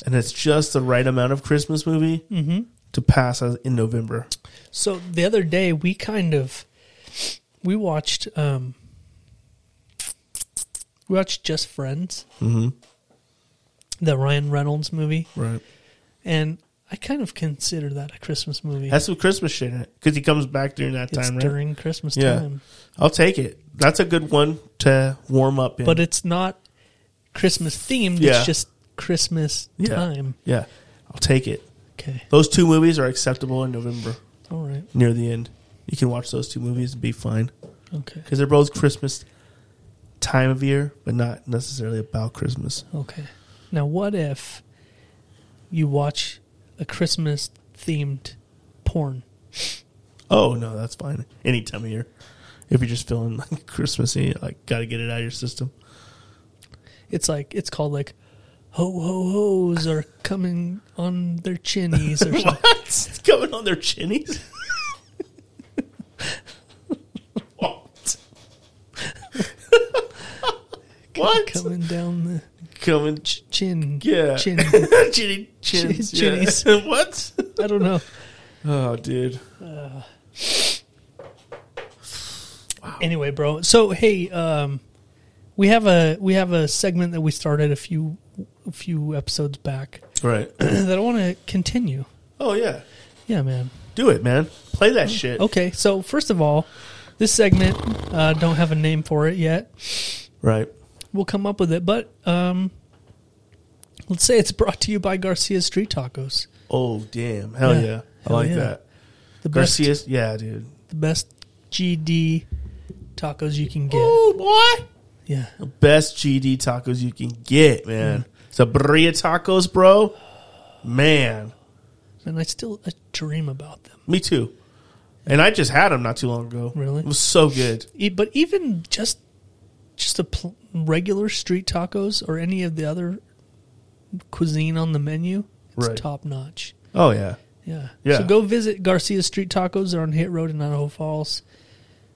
And it's just the right amount of Christmas movie to pass as in November.
So the other day we kind of we watched um we watched Just Friends, mm-hmm. the Ryan Reynolds movie,
Right.
and I kind of consider that a Christmas movie.
That's some Christmas shit in it because he comes back during that
it's
time, right?
during Christmas
yeah.
time,
I'll take it. That's a good one to warm up in.
but it's not Christmas themed.
Yeah.
It's just Christmas
yeah.
time.
Yeah. I'll take it.
Okay,
Those two movies are acceptable in November
all right,
near the end. You can watch those two movies and be fine
okay,
because they're both Christmas time of year, but not necessarily about Christmas.
okay. Now, what if you watch a Christmas themed porn?
Oh no, that's fine. Any time of year, if you're just feeling like Christmassy, like gotta get it out of your system.
it's like it's called like ho ho ho's are coming on their chinnies or something.
It's coming on their chinnies. what? what?
coming down the
Coming, ch-
chin
yeah,
chin
chinny, chins,
Chin-
yeah.
chinnies.
what?
i don't know
Oh, dude.
anyway bro so hey um we have a we have a segment that we started a few a few episodes back
Right.
that i want to continue
Oh yeah.
yeah man
Do it, man. Play that shit.
okay so first of all this segment uh don't have a name for it yet
Right.
we'll come up with it. But um, Let's say it's brought to you by Garcia's Street Tacos.
Oh damn! Hell yeah!
Yeah.
I
Hell
like
yeah.
that.
The best,
Garcia's, yeah, dude.
the best GD tacos you can get.
Oh boy,
Yeah,
best GD tacos you can get, man. Sabria tacos, bro. Man,
and I still I dream about them.
me too. And I just had them not too long ago.
Really?
it was so good.
E- But even just just the pl- regular street tacos or any of the other cuisine on the menu, it's
Right.
top notch.
Oh yeah,
Yeah.
Yeah.
So go visit Garcia's Street Tacos. They're on Hit Road in Idaho Falls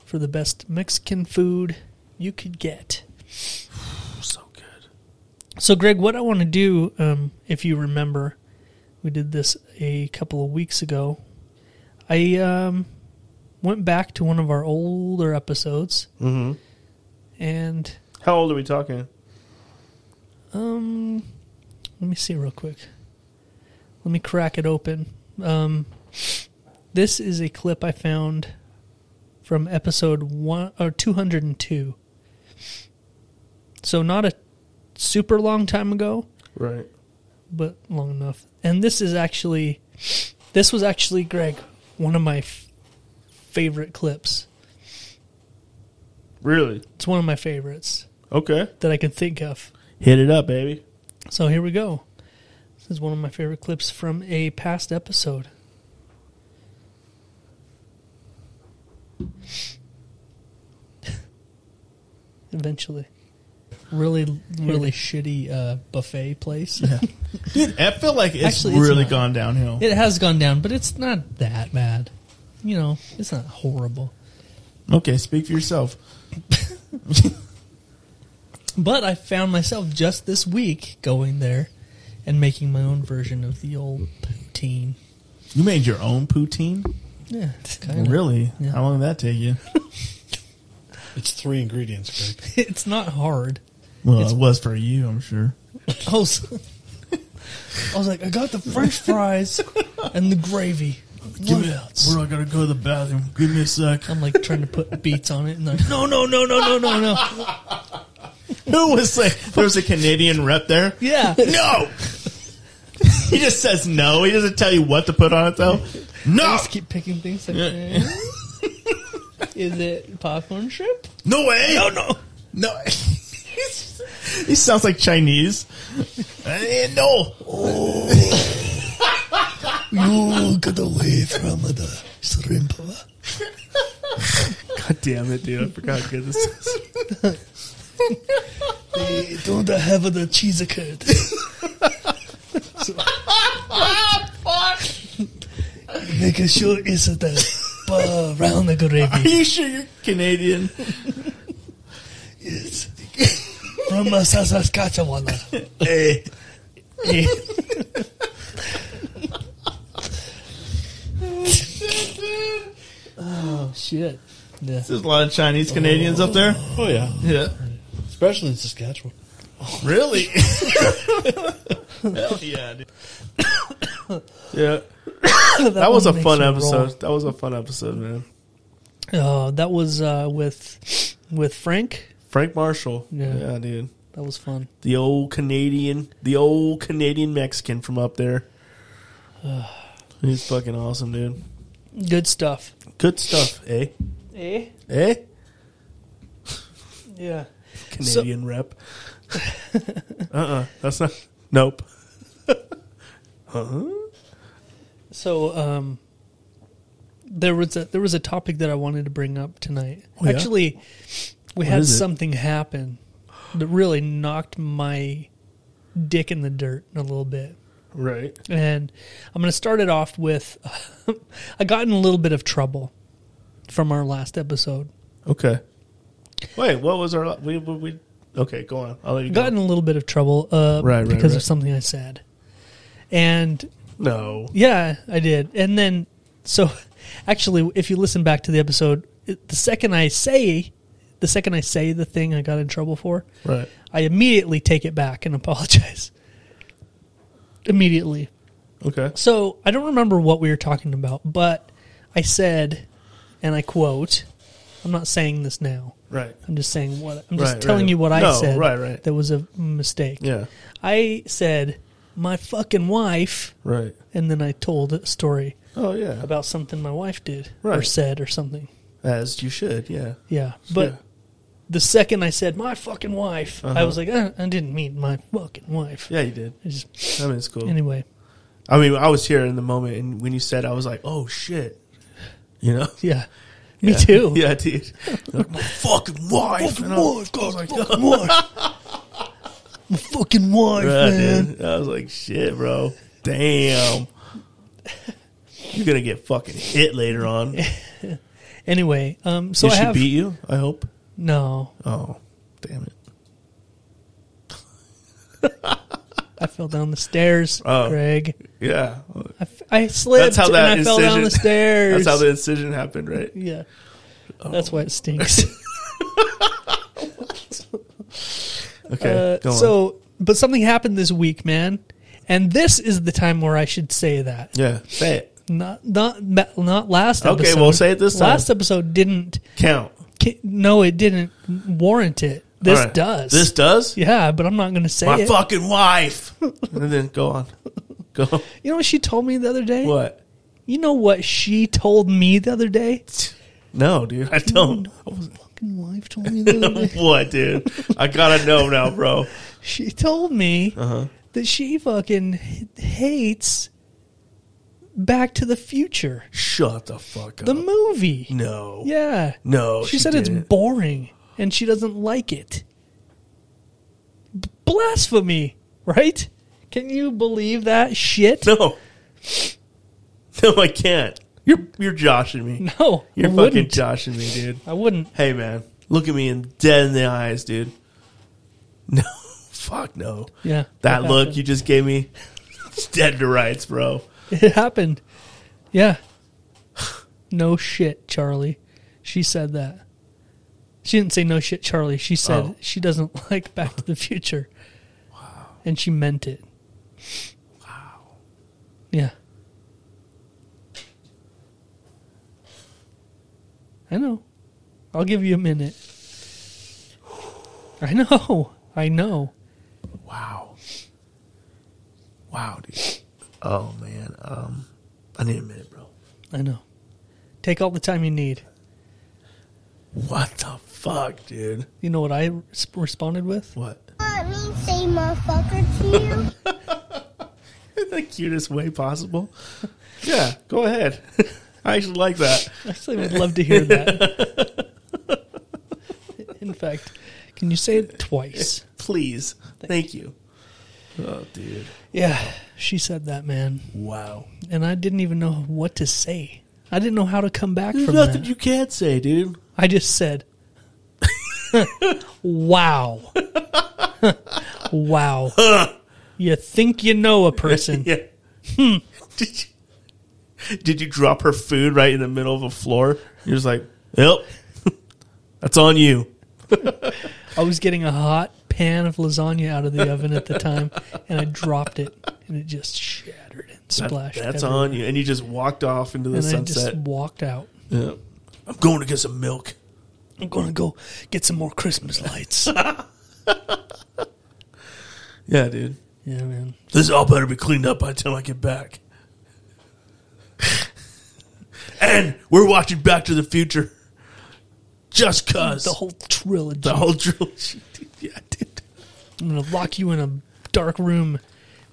for the best Mexican food you could get.
so good.
So, Greg, what I want to do, um, if you remember, we did this a couple of weeks ago. I um, went back to one of our older episodes, and
How old are we talking?
um, let me see real quick. Let me crack it open. Um, this is a clip I found from episode one or two hundred and two. So not a super long time ago,
Right.
but long enough. And this is actually, this was actually Greg, one of my f- favorite clips.
Really?
It's one of my favorites
Okay.
that I can think of.
Hit it up, baby.
So here we go. This is one of my favorite clips from a past episode. Eventually, really, really shitty uh, buffet place.
I feel like it's
Actually, it's
really
not.
gone downhill.
It has gone down, but it's not that bad. You know, it's not horrible.
Okay, speak for yourself.
But I found myself just this week going there and making my own version of the old poutine.
You made your own poutine?
Yeah, kind
Really?
Yeah.
How long did that take you?
It's three ingredients, Greg.
It's not hard.
Well,
It's-
it was for you, I'm sure.
I was, I was like, I got the French fries and the gravy. What else?
Where I gotta go to the bathroom? Give me a sec.
I'm like trying to put beats on it, and like, no, no, no, no, no, no, no.
Who was like, there was a Canadian rep there?
Yeah,
No! he just says no. He doesn't tell you what to put on it, though. No!
just keep picking things. Like,
Yeah.
eh, is it popcorn shrimp?
No way! No, no. No. he sounds like Chinese. Eh, no.
You get away from the shrimp.
God damn it, dude! I forgot how good this is.
They don't have the cheese curd.
Make sure it's the around the
Are
gravy
you sure you're Canadian?
from uh, Saskatchewan.
Eh. Eh.
Oh, Shit. Yeah.
There's a lot of Chinese Canadians up there.
Oh yeah,
Yeah.
especially in Saskatchewan.
Really? Hell yeah, dude.
Yeah,
that,
that was a
one makes
fun
me roll.
episode. That was a fun episode, man.
Uh, that was uh, with with Frank.
Frank Marshall.
Yeah.
yeah, dude.
That was fun.
The old Canadian, the old Canadian Mexican from up there. He's fucking awesome, dude.
Good stuff.
Good stuff, eh?
Eh?
Eh?
Yeah.
Canadian rep. uh uh That's not. Nope.
So um, there was a there was a topic that I wanted to bring up tonight.
Oh, yeah?
Actually, we had
is it?
something happen that really knocked my dick in the dirt a little bit.
Right.
And I'm going to start it off with I got in a little bit of trouble from our last episode.
Okay. Wait, what was our. We, we, we Okay, go on. I'll let you
I got in
go.
a little bit of trouble uh,
Right, right,
because
right.
of something I said. And
No.
Yeah, I did. And then, so actually, if you listen back to the episode, it, the second I say, the second I say the thing I got in trouble for,
Right.
I immediately take it back and apologize. Immediately.
Okay.
So I don't remember what we were talking about, but I said, and I quote, I'm not saying this now.
Right.
I'm just saying what I'm just
Right,
telling
right.
you what I
No,
said.
right, right.
That was a mistake.
Yeah.
I said my fucking wife,
Right.
and then I told a story
Oh yeah.
about something my wife did or
Right.
said or something.
As you should. Yeah.
Yeah, but
Yeah.
the second I said my fucking wife, I was like, "Uh, I didn't mean my fucking wife.
Uh-huh. Yeah, you did.
I just,
I mean, it's cool.
anyway,
I mean, I was here in the moment, and when you said, I was like, "Oh shit," you know.
yeah, me
Yeah.
too.
Yeah, dude. Like, my fucking wife.
Fucking
And I was-
wife,
I was
God,
like,
fucking wife. My fucking wife,
"Yeah,
man.
dude." I was like, shit, bro. Damn. You're gonna get fucking hit later on.
Anyway, um, so
Did
I
she
have
beat you? I hope.
no.
Oh, damn it.
I fell down the stairs,
Oh.
Greg.
Yeah,
I, f- I slipped
how that
and I fell down
incision-
the stairs.
that's how the incision happened, right?
yeah, that's why it stinks.
Okay,
Uh,
go on.
so, but something happened this week, man, and this is the time where I should say that.
yeah, say it.
Not not ma- not last
Okay,
episode.
well, say it this time.
Last episode didn't.
Count.
ki- No, it didn't warrant it. This
All right.
does.
This does.
Yeah, but I'm not going to say
My
it.
fucking wife. and then go on. Go. on.
You know what she told me the other day?
What?
You know what she told me the other day?
No, dude. I don't.
Fucking wife told me the other day.
what, dude? I gotta know now, bro.
She told me that she fucking h- hates Back to the Future,
Shut the fuck up.
the movie.
no.
Yeah.
No.
she, said it's
didn't.
boring and she doesn't like it. B- Blasphemy, right? Can you believe that shit?
No. No, I can't. You're you're joshing me.
No,
You're
I
fucking
wouldn't.
joshing me, dude.
I wouldn't.
Hey, man. Look at me and dead in the eyes, dude. No. Fuck no.
Yeah,
That
it
look
happened.
you just gave me. It's dead to rights, bro.
It happened. Yeah. No shit, Charlie. She said that. She didn't say no shit, Charlie. She said
Oh.
she doesn't like Back to the Future. Wow. And she meant it. Wow. Yeah. I know. I'll give you a minute. I know. I know.
Wow. Wow, dude. Oh man. Um I need a minute, bro.
I know. Take all the time you need.
What the fuck, dude?
You know what I res- responded with?
What?
Let me Oh, say motherfucker to you.
In the cutest way possible. Yeah, go ahead. I actually like that.
Actually, would love to hear that. In fact, can you say it twice?
Please. Thank you. Oh, dude.
Yeah, she said that, man,
Wow.
and I didn't even know what to say. I didn't know how to come back
There's
from
nothing
that.
you can't say, dude.
I just said, "Wow, wow." you think you know a person?
Yeah. Hmm. Did you, did you drop her food right in the middle of a floor? You're just like, yep, that's on you.
I was getting a hot pan of lasagna out of the oven at the time, and I dropped it, and it just shattered and splashed.
That's
everywhere.
on you. And you just walked off into the
And I
sunset.
just walked out.
yeah. I'm going to get some milk.
I'm gonna go get some more Christmas lights.
Yeah, dude.
yeah, man.
This all better be cleaned up by the time I get back. and we're watching Back to the Future. Just cause
The whole trilogy.
the whole trilogy. Dude, yeah, dude.
I'm gonna lock you in a dark room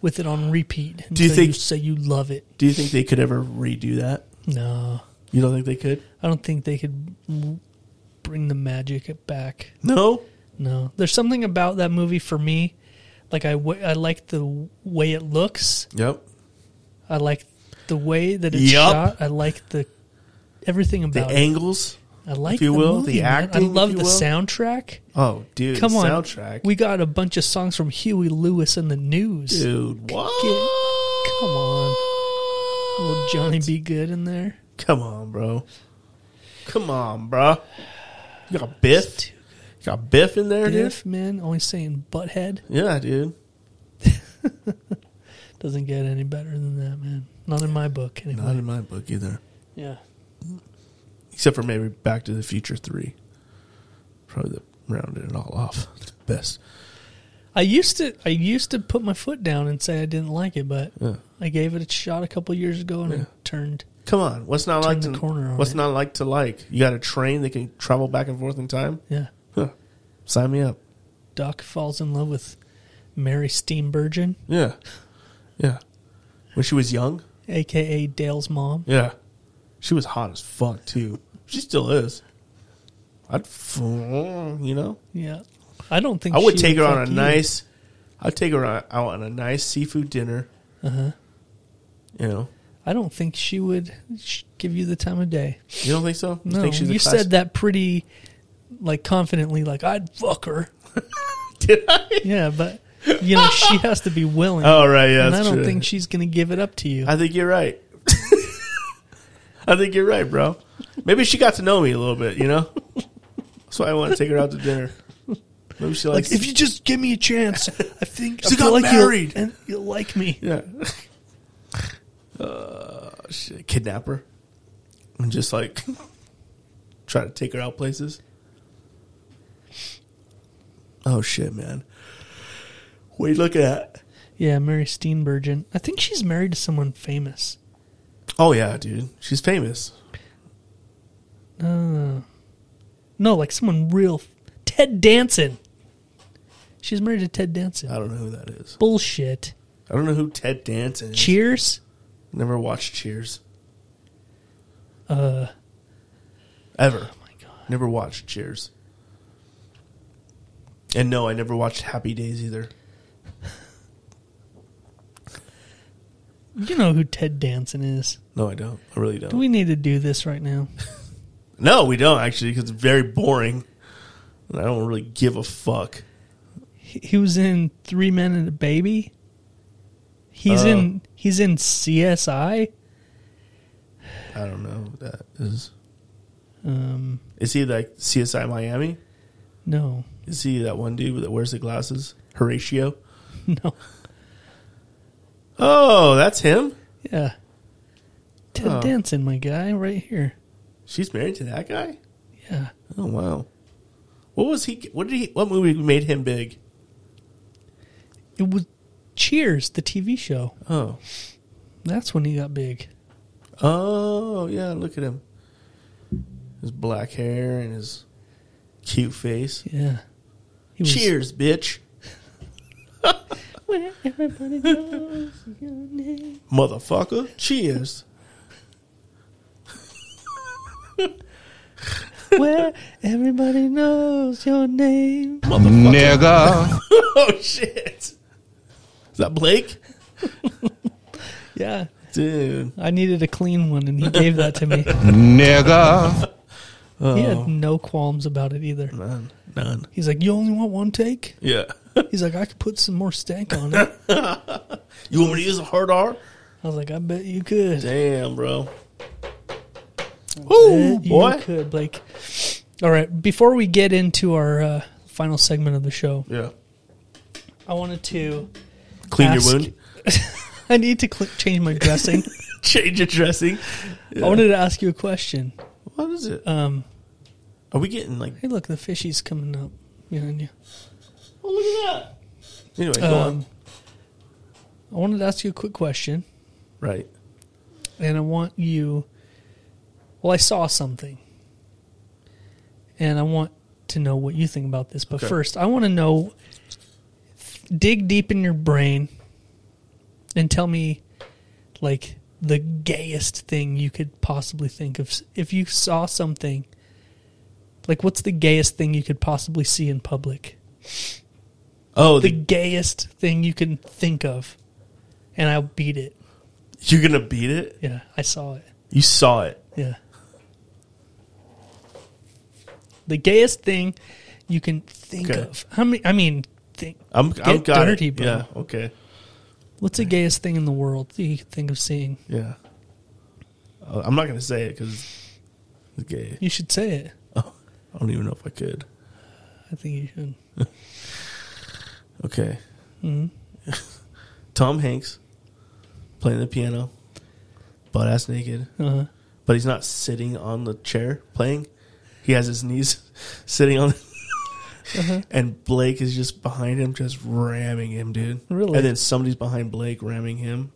with it on repeat.
Do you
until
think-
say you love it?
Do you think they could ever redo that?
No,
You don't think they could?
I don't think they could w- bring the magic back.
No.
No, there's something about that movie for me. Like I, w- I like the way it looks.
Yep.
I like the way that it's
Yup.
shot. I like the everything
The
about it.
angles.
I like
if you
the
will,
movie,
the
man.
acting,
I love
if you
the
will.
soundtrack.
Oh, dude.
Come on,
Soundtrack.
We got a bunch of songs from Huey Lewis and the News.
dude. What?
Get- come on, little Johnny B. Good in there.
Come on, bro. Come on, bro. You got Biff. You got Biff in there,
Biff, man, always saying butthead.
dude. Yeah, dude.
Doesn't get any better than that, man. Not in my book, anyway.
Not in my book either.
yeah,
Except for maybe Back to the Future 3. Probably the rounded it all off. It's the best.
I used to I used to put my foot down and say I didn't like it, but
Yeah.
I gave it a shot a couple years ago and
Yeah.
it turned.
Come on, what's not
Turn
like
the
to
corner on
what's
it.
not like to like? You got a train that can travel back and forth in time.
Yeah,
Huh. Sign me up.
Doc falls in love with Mary Steenburgen,
Yeah, yeah. When she was young,
aka Dale's mom.
yeah, she was hot as fuck too. She still is. I'd, f- you know,
Yeah, I don't think
I would
she
take her on a
fuck you.
nice. I'd take her on, out on a nice seafood dinner.
Uh-huh.
You know,
I don't think she would sh- give you the time of day.
you don't think so? You
No,
think
you
class-
said that pretty, like confidently, like I'd fuck her.
Did I?
Yeah, but you know she has to be willing.
Oh, right, yeah,
and I
that's
don't
true.
think she's gonna give it up to you.
I think you're right. I think you're right, bro. Maybe she got to know me a little bit, you know? That's why I want to take her out to dinner. Maybe she
like
likes
if you just give me a chance, I think
She
I feel
got
like you'll-
married.
and you'll like me.
Yeah. uh, shit, kidnap her. And just like try to take her out places. Oh shit, man. What are you looking at?
Yeah, Mary Steenburgen. I think she's married to someone famous.
Oh yeah, dude. She's famous.
Uh, no, like someone real. Ted Danson. She's married to Ted Danson.
I don't know who that is.
Bullshit.
I don't know who Ted Danson is.
Cheers.
Never watched Cheers.
Uh,
Ever. Oh my god. Never watched Cheers. And no, I never watched Happy Days either.
you know who Ted Danson is.
No, I don't. I really don't.
Do we need to do this right now?
no, we don't actually because it's very boring. And I don't really give a fuck.
He, he was in Three Men and a Baby. He's
Oh.
in. He's in CSI.
I don't know what that is.
Um,
Is he like CSI Miami?
no,
Is he that one dude that wears the glasses? Horatio?
no.
Oh, that's him?
Yeah. Ted
Oh.
Danson, my guy, right here.
She's married to that guy?
Yeah.
Oh wow. What was he what did he what movie made him big?
It was Cheers, the TV show.
Oh.
That's when he got big.
Oh yeah, look at him. His black hair and his cute face.
Yeah. He was-
Cheers, bitch.
Where everybody knows your name.
Motherfucker. Cheers.
Where everybody knows your name.
Motherfucker. oh shit. Is that Blake?
Yeah.
Dude.
I needed a clean one and he gave that to me.
Nigga.
He
Oh.
had no qualms about it either.
None. None.
He's like, You only want one take?
Yeah.
He's like, I could put some more stank on it.
You want me to use a hard R?
I was like, I bet you could.
Damn, bro.
Bet
Ooh,
you
boy.
could, Blake. All right. Before we get into our uh, final segment of the show,
Yeah.
I wanted to
Clean
ask-
your wound.
I need to cl- change my dressing.
Change your dressing.
I wanted to ask you a question.
What is it?
Um,
Are we getting like
hey, look, the fishy's coming up behind you.
Oh look at that. Anyway, go on.
Um, I wanted to ask you a quick question,
Right.
and I want you. Well, I saw something, and I want to know what you think about this. But
Okay.
first, I want to know. Dig deep in your brain, and tell me, like the gayest thing you could possibly think of. If you saw something, like what's the gayest thing you could possibly see in public?
Oh,
the,
the-
gayest thing you can think of, and I'll beat it.
You're gonna beat it?
Yeah, I saw it.
You saw it.
Yeah, the gayest thing you can think
Okay.
of. How many? I mean, think.
I'm
get
I'm got
dirty,
it.
bro.
Yeah, okay.
What's the gayest thing in the world that you can think of seeing?
Yeah. Uh, I'm not gonna say it because it's gay.
You should say it.
Oh, I don't even know if I could.
I think you should.
Okay.
Mhm.
Tom Hanks playing the piano, butt ass naked,
Uh-huh.
but he's not sitting on the chair playing. He has his knees sitting on
Uh-huh.
and Blake is just behind him, just ramming him, dude.
Really?
And then somebody's behind Blake ramming him,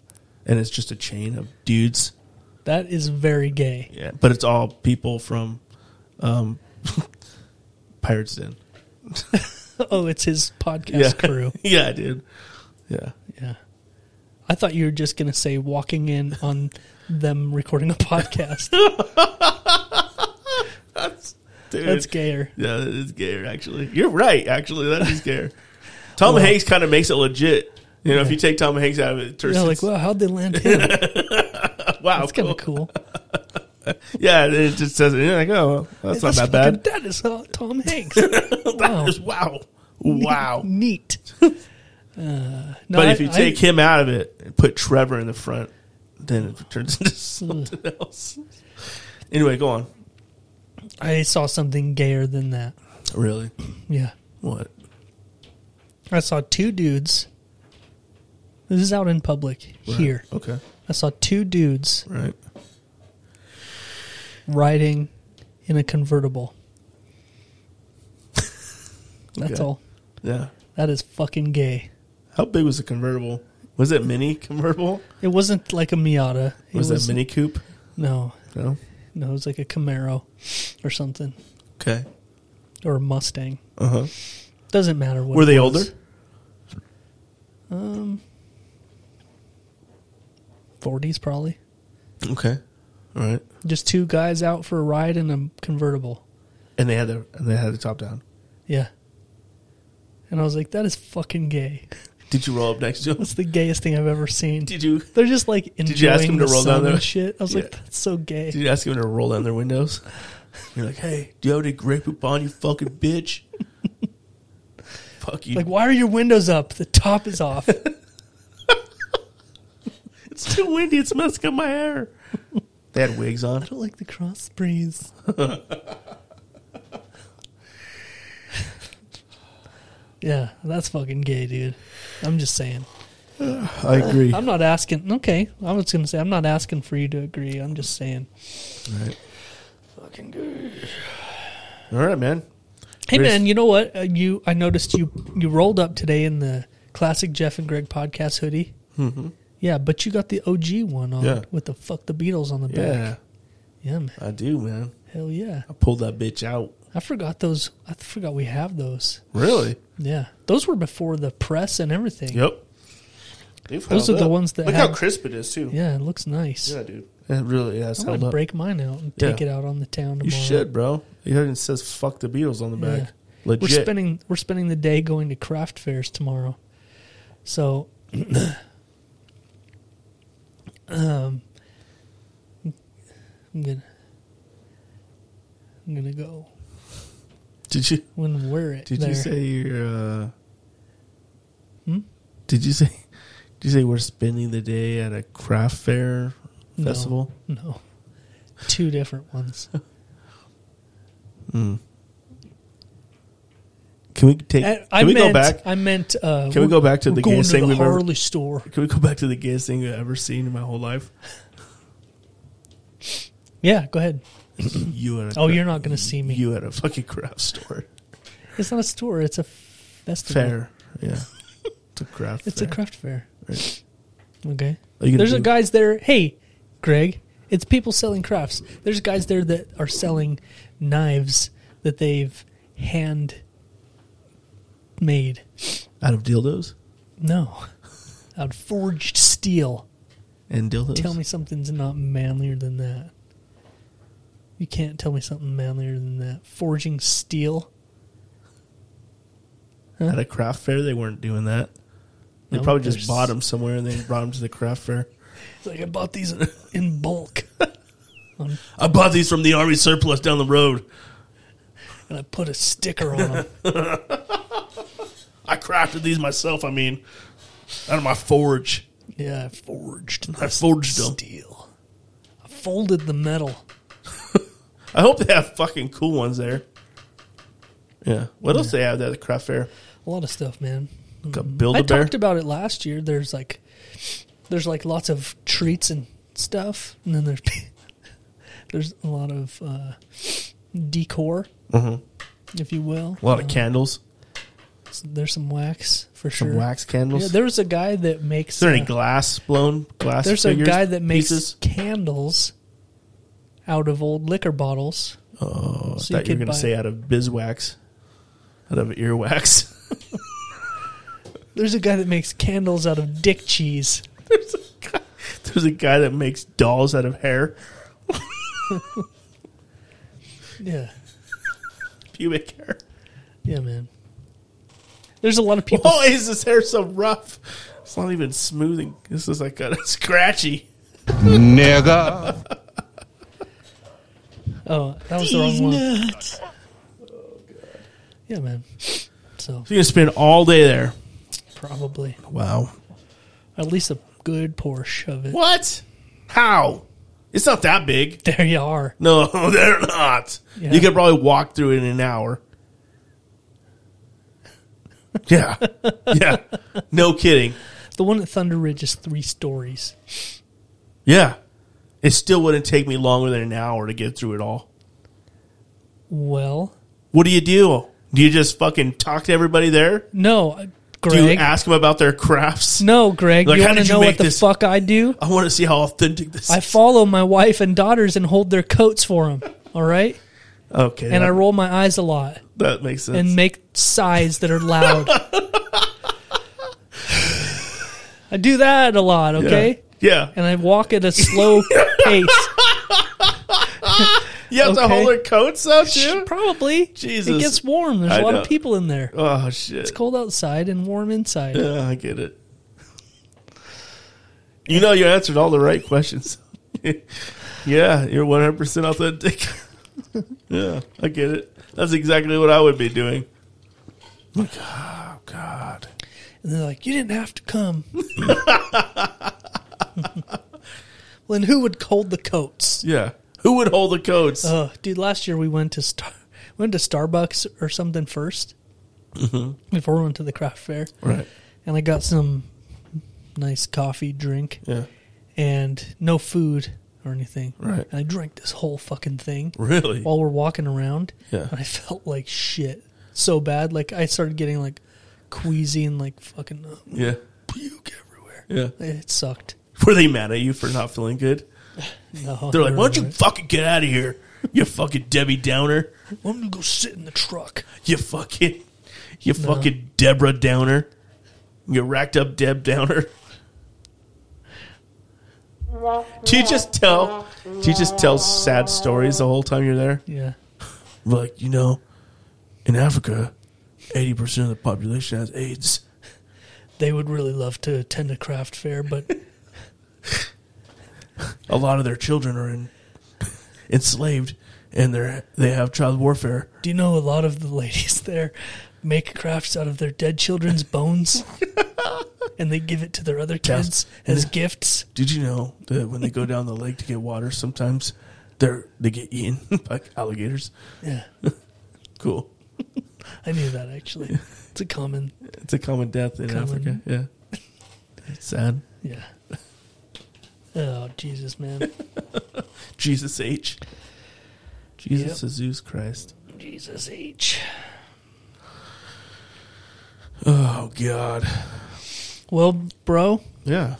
and it's just a chain of dudes.
That is very gay.
Yeah, but it's all people from um, Pirates Den.
oh, it's his podcast
Yeah,
crew.
yeah, dude. Yeah,
Yeah. I thought you were just going to say walking in on them recording a podcast.
dude.
That's gayer.
Yeah, that is gayer. Actually, you're right. Actually, that is gayer. Tom Hanks kind of makes it legit. You know, if you take Tom Hanks out of it, it turns
Yeah, like,
into-
wow, how'd they land him?
wow,
That's kind of cool.
Yeah, it just says it. You're like, oh, well, that's not that
fucking-
bad.
That is uh, Tom Hanks.
That is- wow, wow.
Neat. Uh, no,
but
I-
if you
I-
take him out of it and put Trevor in the front, then it turns into something
Hmm.
else. Anyway, go on.
I saw something gayer than that.
Really?
Yeah.
What?
I saw two dudes. This is out in public here.
Okay.
I saw two dudes
Right.
riding in a convertible. That's
Okay.
all.
Yeah.
That is fucking gay.
How big was the convertible? Was it mini convertible?
It wasn't like a Miata. It
Was, that mini coupe?
No,
No.
no, it was like a Camaro or something
Okay.
or a Mustang.
Uh huh.
Doesn't matter what.
Were
it
they
was.
older?
Um, forties probably.
Okay. All right.
Just two guys out for a ride in a convertible.
And they had the and they had the top down.
Yeah. And I was like, that is fucking gay.
Did you roll up next to him?
That's the gayest thing I've ever seen.
Did you
They're just like enjoying
you ask him
the
to roll
sun
down there?
and shit. I was like,
Yeah.
that's so gay.
Did you ask him to roll down their windows? You're like, hey, do you have any Grey Poupon, you fucking bitch? Fuck you.
like, why are your windows up? The top is off.
it's too windy. It's messing up my hair. They had wigs on.
I don't like the cross breeze. yeah, that's fucking gay, dude. I'm just saying.
I agree.
I'm not asking. Okay, I was gonna say I'm not asking for you to agree. I'm just saying.
All right, man.
Hey,
Chris.
man, you know what? Uh, you I noticed you you rolled up today in the classic Jeff and Greg podcast hoodie. Yeah, but you got the OG one on
Mm-hmm. Yeah.
with the fuck the Beatles on the
Yeah,
back. Yeah, man.
I do, man.
Hell yeah.
I pulled that bitch out.
I forgot those. I forgot we have those.
Really?
Yeah, those were before the press and everything.
Yep. They've
Those
held
are the
up.
ones that
Look
have-
how crisp it is too.
Yeah, it looks nice.
Yeah, dude. It really has
I'm
held
gonna
up.
break mine out and
Yeah.
take it out on the town tomorrow.
You should, bro. It even says "fuck the Beatles" on the
Yeah.
back. Legit.
We're spending we're spending the day going to craft fairs tomorrow. So um I'm gonna I'm gonna go.
Did you?
I'm gonna wear it.
Did
there.
you
Hmm?
say you're? Uh, Did you say? Did you say we're spending the day at a craft fair
No.
festival?
No. Two different ones.
Can we take?
I,
can
I
we
meant,
go back?
I meant uh
Can we go back to
we're
the
going
gayest
to
thing
the
we've ever-
Harley store.
Can we go back to the gayest thing I've ever seen in my whole life?
Yeah, go ahead.
You at a
Oh,
cra-
you're not gonna see me.
You at a fucking craft store
It's not a store, it's a festival.
fair. Yeah, it's a craft.
It's a
fair.
craft fair.
Right.
Okay.
Are you gonna
There's a
do-
guys there. Hey, Greg, it's people selling crafts. There's guys there that are selling knives that they've hand made.
out of dildos
No, out of forged steel.
and dildos.
Tell me something's not manlier than that. You can't tell me something manlier than that. Forging steel.
at a craft fair they weren't doing that. They
No,
probably just
there's-
bought them somewhere and then brought them to the craft fair.
It's like I bought these in bulk
I bought these from the army surplus down the road.
and I put a sticker on them.
I crafted these myself. I mean, out of my forge.
Yeah, I forged.
I forged them.
steel. I folded the metal.
I hope they have fucking cool ones there. Yeah. What else they have there at the craft fair?
A lot of stuff, man.
Got build
Mm. I
a bear.
talked about it last year. There's like, there's like lots of treats and stuff, and then
Mm-hmm.
there's there's a lot of uh, decor. if you will.
A lot of candles.
There's some wax for
Some
sure.
wax candles?
Yeah, there was a guy that makes.
Is there any
uh,
glass blown glass?
There's a
figures,
guy that makes
pieces?
candles out of old liquor bottles.
Oh, I
So you
thought you
could
were going
buy-
to say out of bizwax, out of earwax.
There's a guy that makes candles out of dick cheese.
There's a guy that makes dolls out of hair,
Yeah,
pubic hair.
yeah, man. There's a lot of people.
Why Oh, is this hair so rough? It's not even smoothing. This is like kind of scratchy.
Nigga.
Oh, that was the wrong one. Oh, Yeah, man. So
So you're gonna spend all day there.
probably
Wow.
at least a good Porsche of it.
What? How? It's not that big.
There you are.
No, they're not.
Yeah.
You could probably walk through it in an hour. Yeah. yeah. No kidding.
The one at Thunder Ridge is three stories.
Yeah. It still wouldn't take me longer than an hour to get through it all.
Well,
What do you do? Do you just fucking talk to everybody there?
no, uh,
Do you
Greg.
ask them about their crafts?
no, Greg.
Like,
you
how
want
did
to
you
know
make
what the
this?
fuck I do?
I want to see how authentic this
I
is.
follow my wife and daughters and hold their coats for them. All right,
Okay.
and
that,
I roll my eyes a lot
that makes sense.
and make sighs that are loud. I do that a lot.
Yeah.
Okay.
Yeah.
and I walk at a slow pace.
You have to
Okay.
hold their coats though too?
Probably.
Jesus.
It gets warm. There's
I
a lot
know.
of people in there.
Oh shit.
It's cold outside and warm inside.
Yeah, I get it. You know, you answered all the right questions. yeah, you're 100% authentic. yeah, I get it. That's exactly what I would be doing. Like, oh, God.
And they're like, you didn't have to come. well, then who would hold the coats?
Yeah. Who would hold the coats?
Uh, dude, last year we went to Star- went to Starbucks or something 1st before we went to the craft fair.
Mm-hmm. Right.
And I got some nice coffee drink
yeah.
and no food or anything.
Right.
And I drank this whole fucking thing.
Really?
While we're walking around.
Yeah.
And I felt like shit so bad. Like I started getting like queasy and like fucking uh,
Yeah.
puke everywhere.
Yeah.
It sucked.
Were they mad at you for not feeling good?
No,
They're like, why don't
they
you
were
fucking get out of here? You fucking Debbie Downer.
like, I'm gonna go sit in the truck.
You fucking, you fucking Deborah Downer. You racked up Deb Downer. Do you just tell? Do you just tell sad stories the whole time you're there?
Yeah.
Like you know, in Africa, eighty percent of the population has AIDS.
They would really love to attend a craft fair, but
A lot of their children are in, enslaved, and they they have child warfare.
do you know a lot of the ladies there make crafts out of their dead children's bones? and they give it to their other kids as gifts.
Did you know that when they go down the lake to get water, sometimes they're they get eaten by alligators?
Yeah.
Cool.
I knew that actually. It's a common
It's a common death in
Common.
Africa. Yeah. It's sad.
yeah. Oh Jesus, man.
Jesus H. Jesus
Yep.
is Zeus Christ.
Jesus H.
Oh God.
Well, bro.
Yeah.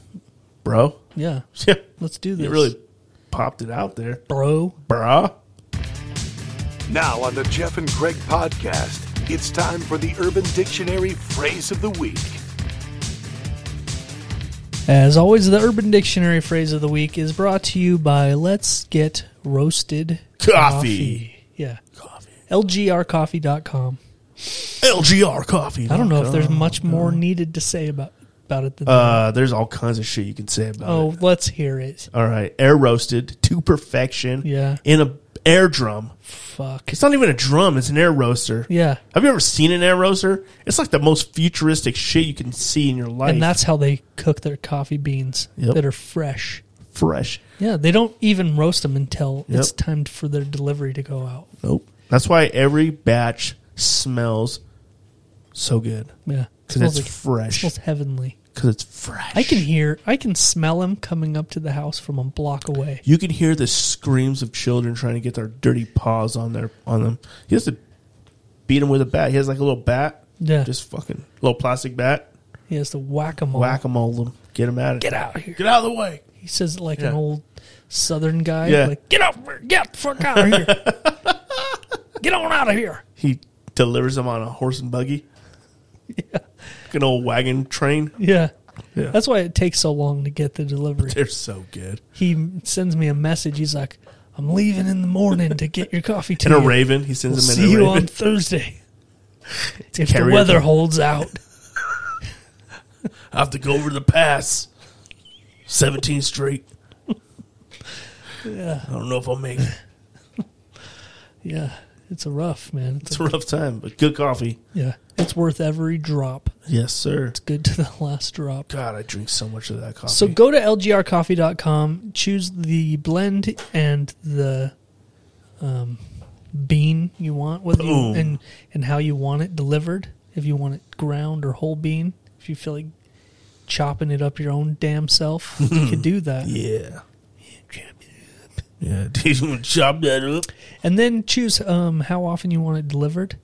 Bro.
Yeah.
Yeah.
Let's do this.
You really popped it out there.
bro.
Bruh.
Now on the Jeff and Greg podcast, it's time for the Urban Dictionary phrase of the week.
As always, the Urban Dictionary phrase of the week is brought to you by Let's Get Roasted
Coffee.
Yeah. Coffee. LGRcoffee.com.
LGR coffee.
I don't know if there's much more needed to say about about it than that.
uh there's all kinds of shit you can say about
Oh,
it.
let's hear it.
All right. Air roasted to perfection.
Yeah.
In a air drum.
Fuck.
It's not even a drum, it's an air roaster.
Yeah.
Have you ever seen an air roaster? It's like the most futuristic shit you can see in your life.
And that's how they cook their coffee beans
Yep.
that are fresh.
fresh.
Yeah, they don't even roast them until
Yep.
it's time for their delivery to go out.
Nope. That's why every batch smells so good
Yeah,
because it's
It
fresh.
smells heavenly.
Because it's fresh.
I can hear, I can smell them coming up to the house from a block away.
You can hear the screams of children trying to get their dirty paws on their on them. You have to beat him with a bat. He has like a little bat.
Yeah.
Just fucking little plastic bat.
He has to whack 'em all.
Whack 'em all. Him. Get him out of
Get
here.
out of here.
Get out of the way.
He says it like
Yeah.
an old southern guy.
Yeah.
Like, get out, get the fuck out of here. get on out of here.
He delivers him on a horse and buggy. Yeah. An old wagon train.
Yeah.
Yeah.
That's why it takes so long to get the delivery.
They're so good.
He sends me a message. He's like, I'm leaving in the morning to get your coffee to
And a
you.
raven. He sends
We'll
him in
see
a
you
raven.
on Thursday. if the
Carrier
weather
pigeon.
holds out.
I have to go over the pass. 17th Street.
Yeah.
I don't know if I'll make it.
Yeah. It's a rough, man. It's,
It's
a,
a rough time, but good coffee.
yeah. It's worth every drop.
Yes, sir.
It's good to the last drop.
God, I drink so much of that coffee.
So go to lgrcoffee.com, choose the blend and the um, bean you want, whether you,
Boom.
and and how you want it delivered. If you want it ground or whole bean, if you feel like chopping it up your own damn self, you could do that.
Yeah. Yeah, dude, you want to chop that up?
And then choose um, how often you want it delivered,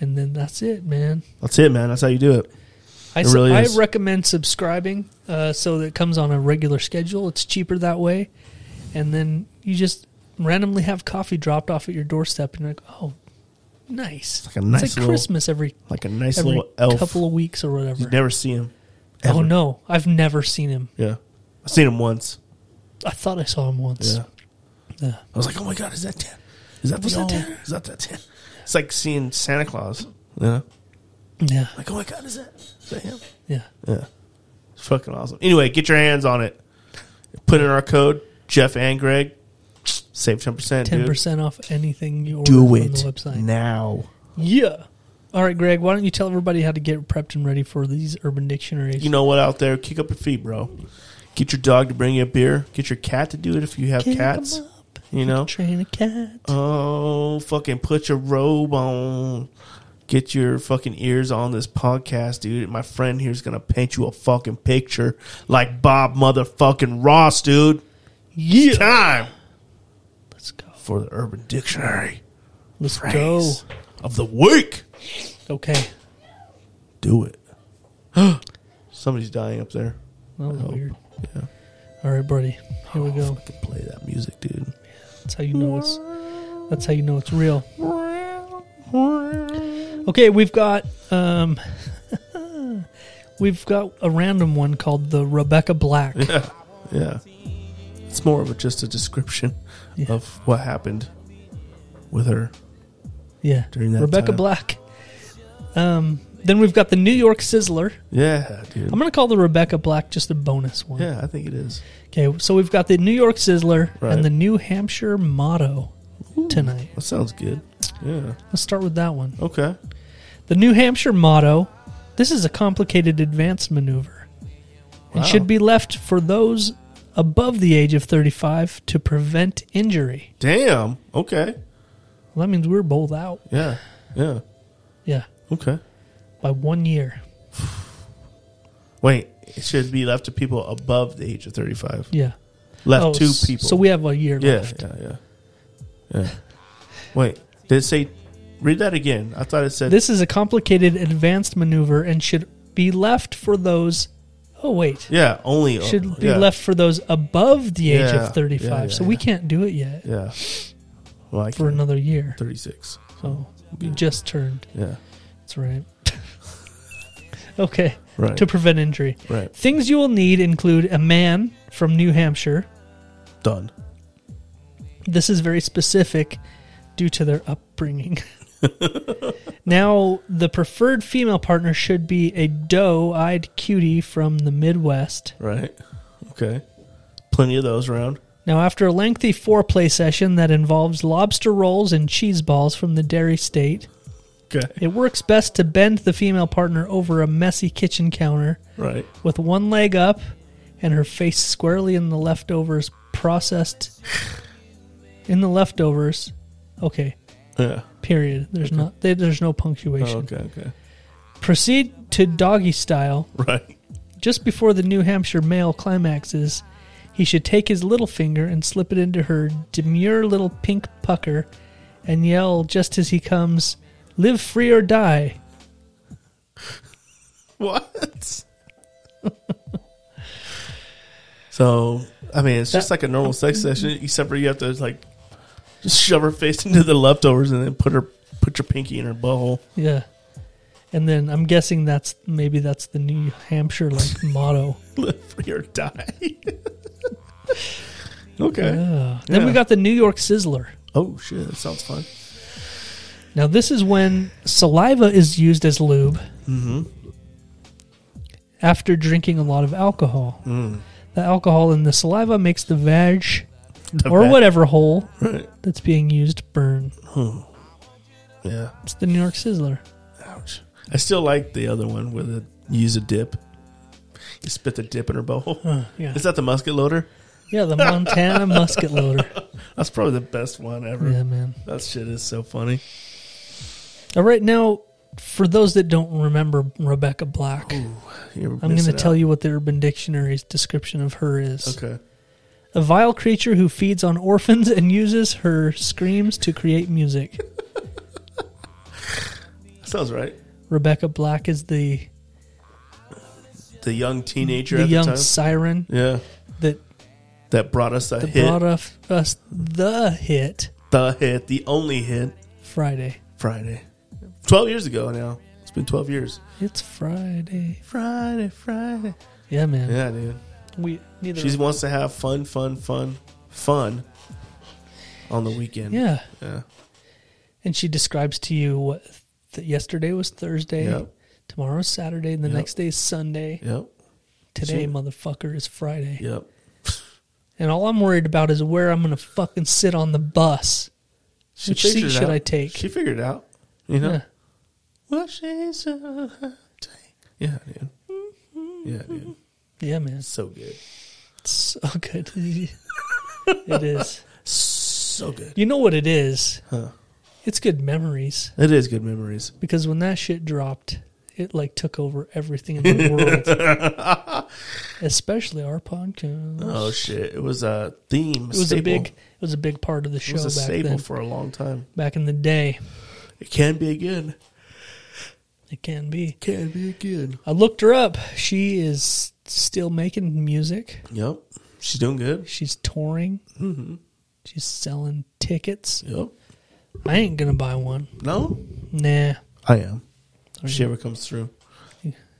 and then that's it, man.
That's it, man. That's how you do it.
I,
It
su-
really
I
is.
recommend subscribing uh, so that it comes on a regular schedule. It's cheaper that way. And then you just randomly have coffee dropped off at your doorstep and you're like, oh, nice. It's
like a nice little-
Christmas every,
Like a nice
every
little elf.
couple of weeks or
You
whatever.
never see him.
oh,
ever.
no. I've never seen him.
Yeah. I've seen him once.
I thought I saw him once.
Yeah.
Yeah.
I was like, oh my God, is that 10? Is that
Was
the
that
old?
10?
Is that that 10? It's like seeing Santa Claus. Yeah.
Yeah.
Like, oh my God, is that, is that him?
Yeah.
Yeah. It's fucking awesome. Anyway, get your hands on it. Put in our code, Jeff and Greg. Save 10%. 10%.
10% off anything you order
Dude. Do
on
it
the website.
now.
Yeah. All right, Greg, why don't you tell everybody how to get prepped and ready for these Urban Dictionaries?
You know what out there? Kick up your feet, bro. Get your dog to bring you a beer. Get your cat to do it if you have
Kick 'em
cats.
up.
You know?
Train a cat.
Oh, fucking put your robe on. Get your fucking ears on this podcast, dude. My friend here's gonna paint you a fucking picture like Bob motherfucking Ross, dude.
Yeah.
It's time
Let's go.
for the Urban Dictionary
Let's
phrase of the week.
go. Okay.
Do it. Somebody's dying up there.
That was weird.
Yeah. Oh.
All right, buddy. Here we go.
Fucking play that music, dude.
That's how you know it's. That's how you know it's real. Okay, we've got um, we've got a random one called the Rebecca Black.
Yeah. It's more of a, just a description
Yeah.
of what happened with her.
Yeah,
During that
Rebecca
time.
Black. Um, then we've got the New York Sizzler.
Yeah, dude.
I'm gonna call the Rebecca Black just a bonus one.
yeah, I think it is.
Okay, so we've got the New York Sizzler
Right.
and the New Hampshire motto tonight.
That sounds good. Yeah.
Let's start with that one.
Okay.
The New Hampshire motto this is a complicated advance maneuver
Wow.
and should be left for those above the age of 35 to prevent injury.
Damn. Okay.
Well, that means we're both out.
Yeah. Yeah.
Yeah,
Okay.
by one year.
Wait, it should be left to people above the age of 35.
Yeah.
Left
two
two people.
Oh, So we have a year
yeah,
left.
yeah, yeah. Yeah. Wait, did it say read that again? I thought it said
This is a complicated advanced maneuver and should be left for those. Oh, wait.
Yeah, only uh,
Should be
yeah,
left for those above the age
Yeah, yeah,
of 35. so
yeah,
we
yeah.
can't do it yet
Yeah. Well, I
for
can-
another year.
36.
So we just turned.
Yeah.
That's right. okay.
Right.
To prevent injury.
Right.
Things you will need include a man from New Hampshire.
Done.
This is very specific due to their upbringing. now, the preferred female partner should be a doe eyed cutie from the Midwest.
Right. Okay. Plenty of those around.
Now, after a lengthy foreplay session that involves lobster rolls and cheese balls from the dairy state,
Okay.
it works best to bend the female partner over a messy kitchen counter
Right.
with one leg up and her face squarely in the leftovers processed in the leftovers okay
Yeah.
period there's not there- there's no
Oh,
punctuation
okay, okay.
proceed to doggy style
Right.
just before the new hampshire male climaxes he should take his little finger and slip it into her demure little pink pucker and yell just as he comes Live free or die.
What? so, I mean, it's just like a normal sex session, except for you have to like just shove her face into the leftovers and then put her put your pinky in her butthole.
Yeah. And then I'm guessing that's maybe that's the New Hampshire like motto.
Live free or die. okay.
Yeah. Then we
Yeah.
got the New York Sizzler.
Oh shit, that sounds fun.
Now this is when saliva is used as lube
Mm-hmm.
after drinking a lot of alcohol.
Mm.
The alcohol in the saliva makes the vag
The
or
vag.
whatever hole
Right.
that's being used burn.
Yeah.
It's the New York Sizzler.
Ouch. I still like the other one where the you use a dip. You spit the dip in her butthole.
yeah.
Is that the musket loader?
Yeah, the Montana musket loader.
That's probably the best one ever.
Yeah, man.
That shit is so funny.
All right, now for those that don't remember Rebecca Black,
you're
I'm going to
missing
tell
out.
you what the Urban Dictionary's description of her is.
Okay.
A vile creature who feeds on orphans and uses her screams to create music.
Sounds right.
Rebecca Black is the
The young teenager
the
at
young
the time.
siren
yeah.
that
That brought us a
that
hit.
brought us, us the hit
the hit. The only hit.
Friday.
Friday. 12 years ago now. It's been 12 years.
It's Friday.
Friday, Friday.
Yeah, man.
Yeah, dude.
We neither.
She wants to have fun, fun, fun, fun on the weekend.
Yeah.
Yeah.
and she describes to you what th- yesterday was Thursday,
Yep.
tomorrow's Saturday, and the
Yep.
next day is Sunday.
Yep.
Today,
Sure.
motherfucker, is Friday.
Yep.
And all I'm worried about is where I'm going to fucking sit on the bus. Which
figured
seat
it
should
out.
I take?
She figured it out. You know?
Yeah.
Well, she's uh, yeah, dude. Yeah, dude.
Yeah, man.
So good.
It's so good. it is.
So good.
You know what it is?
Huh.
It's good memories.
It is good memories.
Because when that shit dropped, it like took over everything in the world. Especially our podcast.
Oh shit! It was a theme.
It was
staple.
a big it was a big part of the show
It was a
back
staple
then.
for a long time.
back in the day.
It can be again.
It can be.
Can be again.
I looked her up. She is still making music.
Yep. She's doing good.
She's touring.
Mm-hmm.
She's selling tickets.
Yep.
I ain't gonna buy one.
No,
Nah.
I am.
Are
If she ever comes through,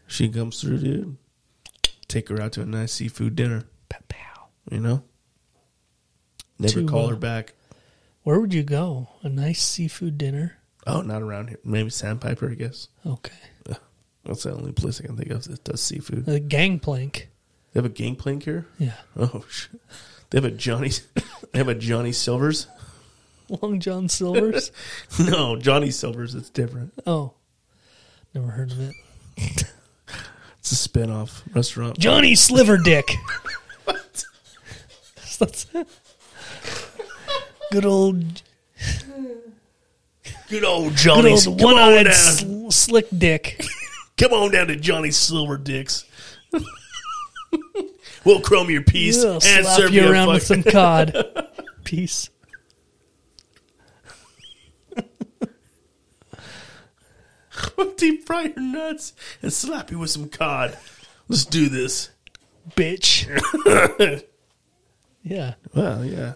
she comes through, dude. Take her out to a nice seafood dinner.
Pow, pow.
You know. Never
To,
call
uh,
her back.
Where would you go? A nice seafood dinner.
Oh, not around here. Maybe Sandpiper, I guess.
Okay.
That's the only place I can think of that does seafood. They
A gangplank.
have a gangplank here.
Yeah.
Oh shit! They have a Johnny. They have a Johnny Silver's.
Long John Silver's.
No, Johnny Silver's. It's different.
oh. Never heard of it.
It's a spin-off restaurant.
Johnny Sliver Dick. That's- good old
Good old
good
Johnny.
old
come
one
on
eyed
down.
sl- slick dick.
come on down to Johnny Silver Dicks. we'll chrome your piece
Yeah,
and
slap
serve
you
you
around
a
with some
fuck-
cod. Peace.
deep fry your nuts and slap you with some cod. Let's do this.
bitch. yeah.
Well, yeah,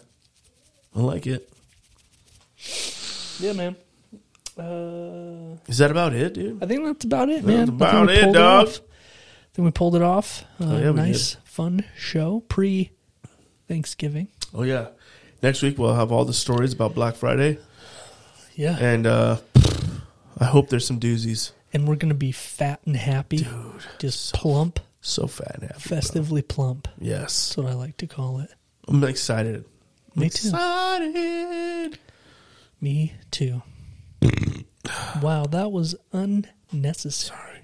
I like it.
Yeah, man. Uh,
Is that about it, dude?
I think that's about it,
That's
man. I think we
about it,
pulled
dog. Oh,
off. Then we pulled it off. Uh,
yeah, we
nice, fun show pre Thanksgiving.
Oh yeah. Next week we'll have all the stories about Black Friday,
Yeah. And,
and uh, I hope there's some doozies.
we're going to be fat and happy. Just plump,
So fat and happy. bro.
festively plump.
Yes,
That's what I like to call it.
I'm excited.
Me too.
Excited.
Me too. wow, that was unnecessary.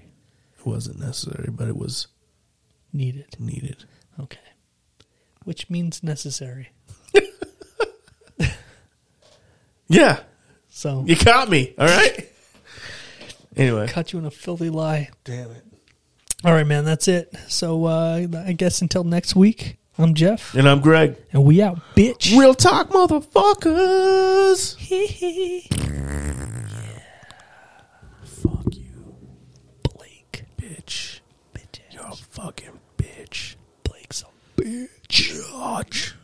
It wasn't necessary, but it was
Needed.
needed.
Okay. Which means necessary.
Yeah,
So
you caught me. All right. Anyway,
caught you in a filthy lie.
damn it.
All right, man, that's it. So uh, I guess until next week, I'm Jeff,
And I'm Greg.
and we out, bitch.
Real talk, motherfuckers.
fucking bitch. Blake's a bitch. George.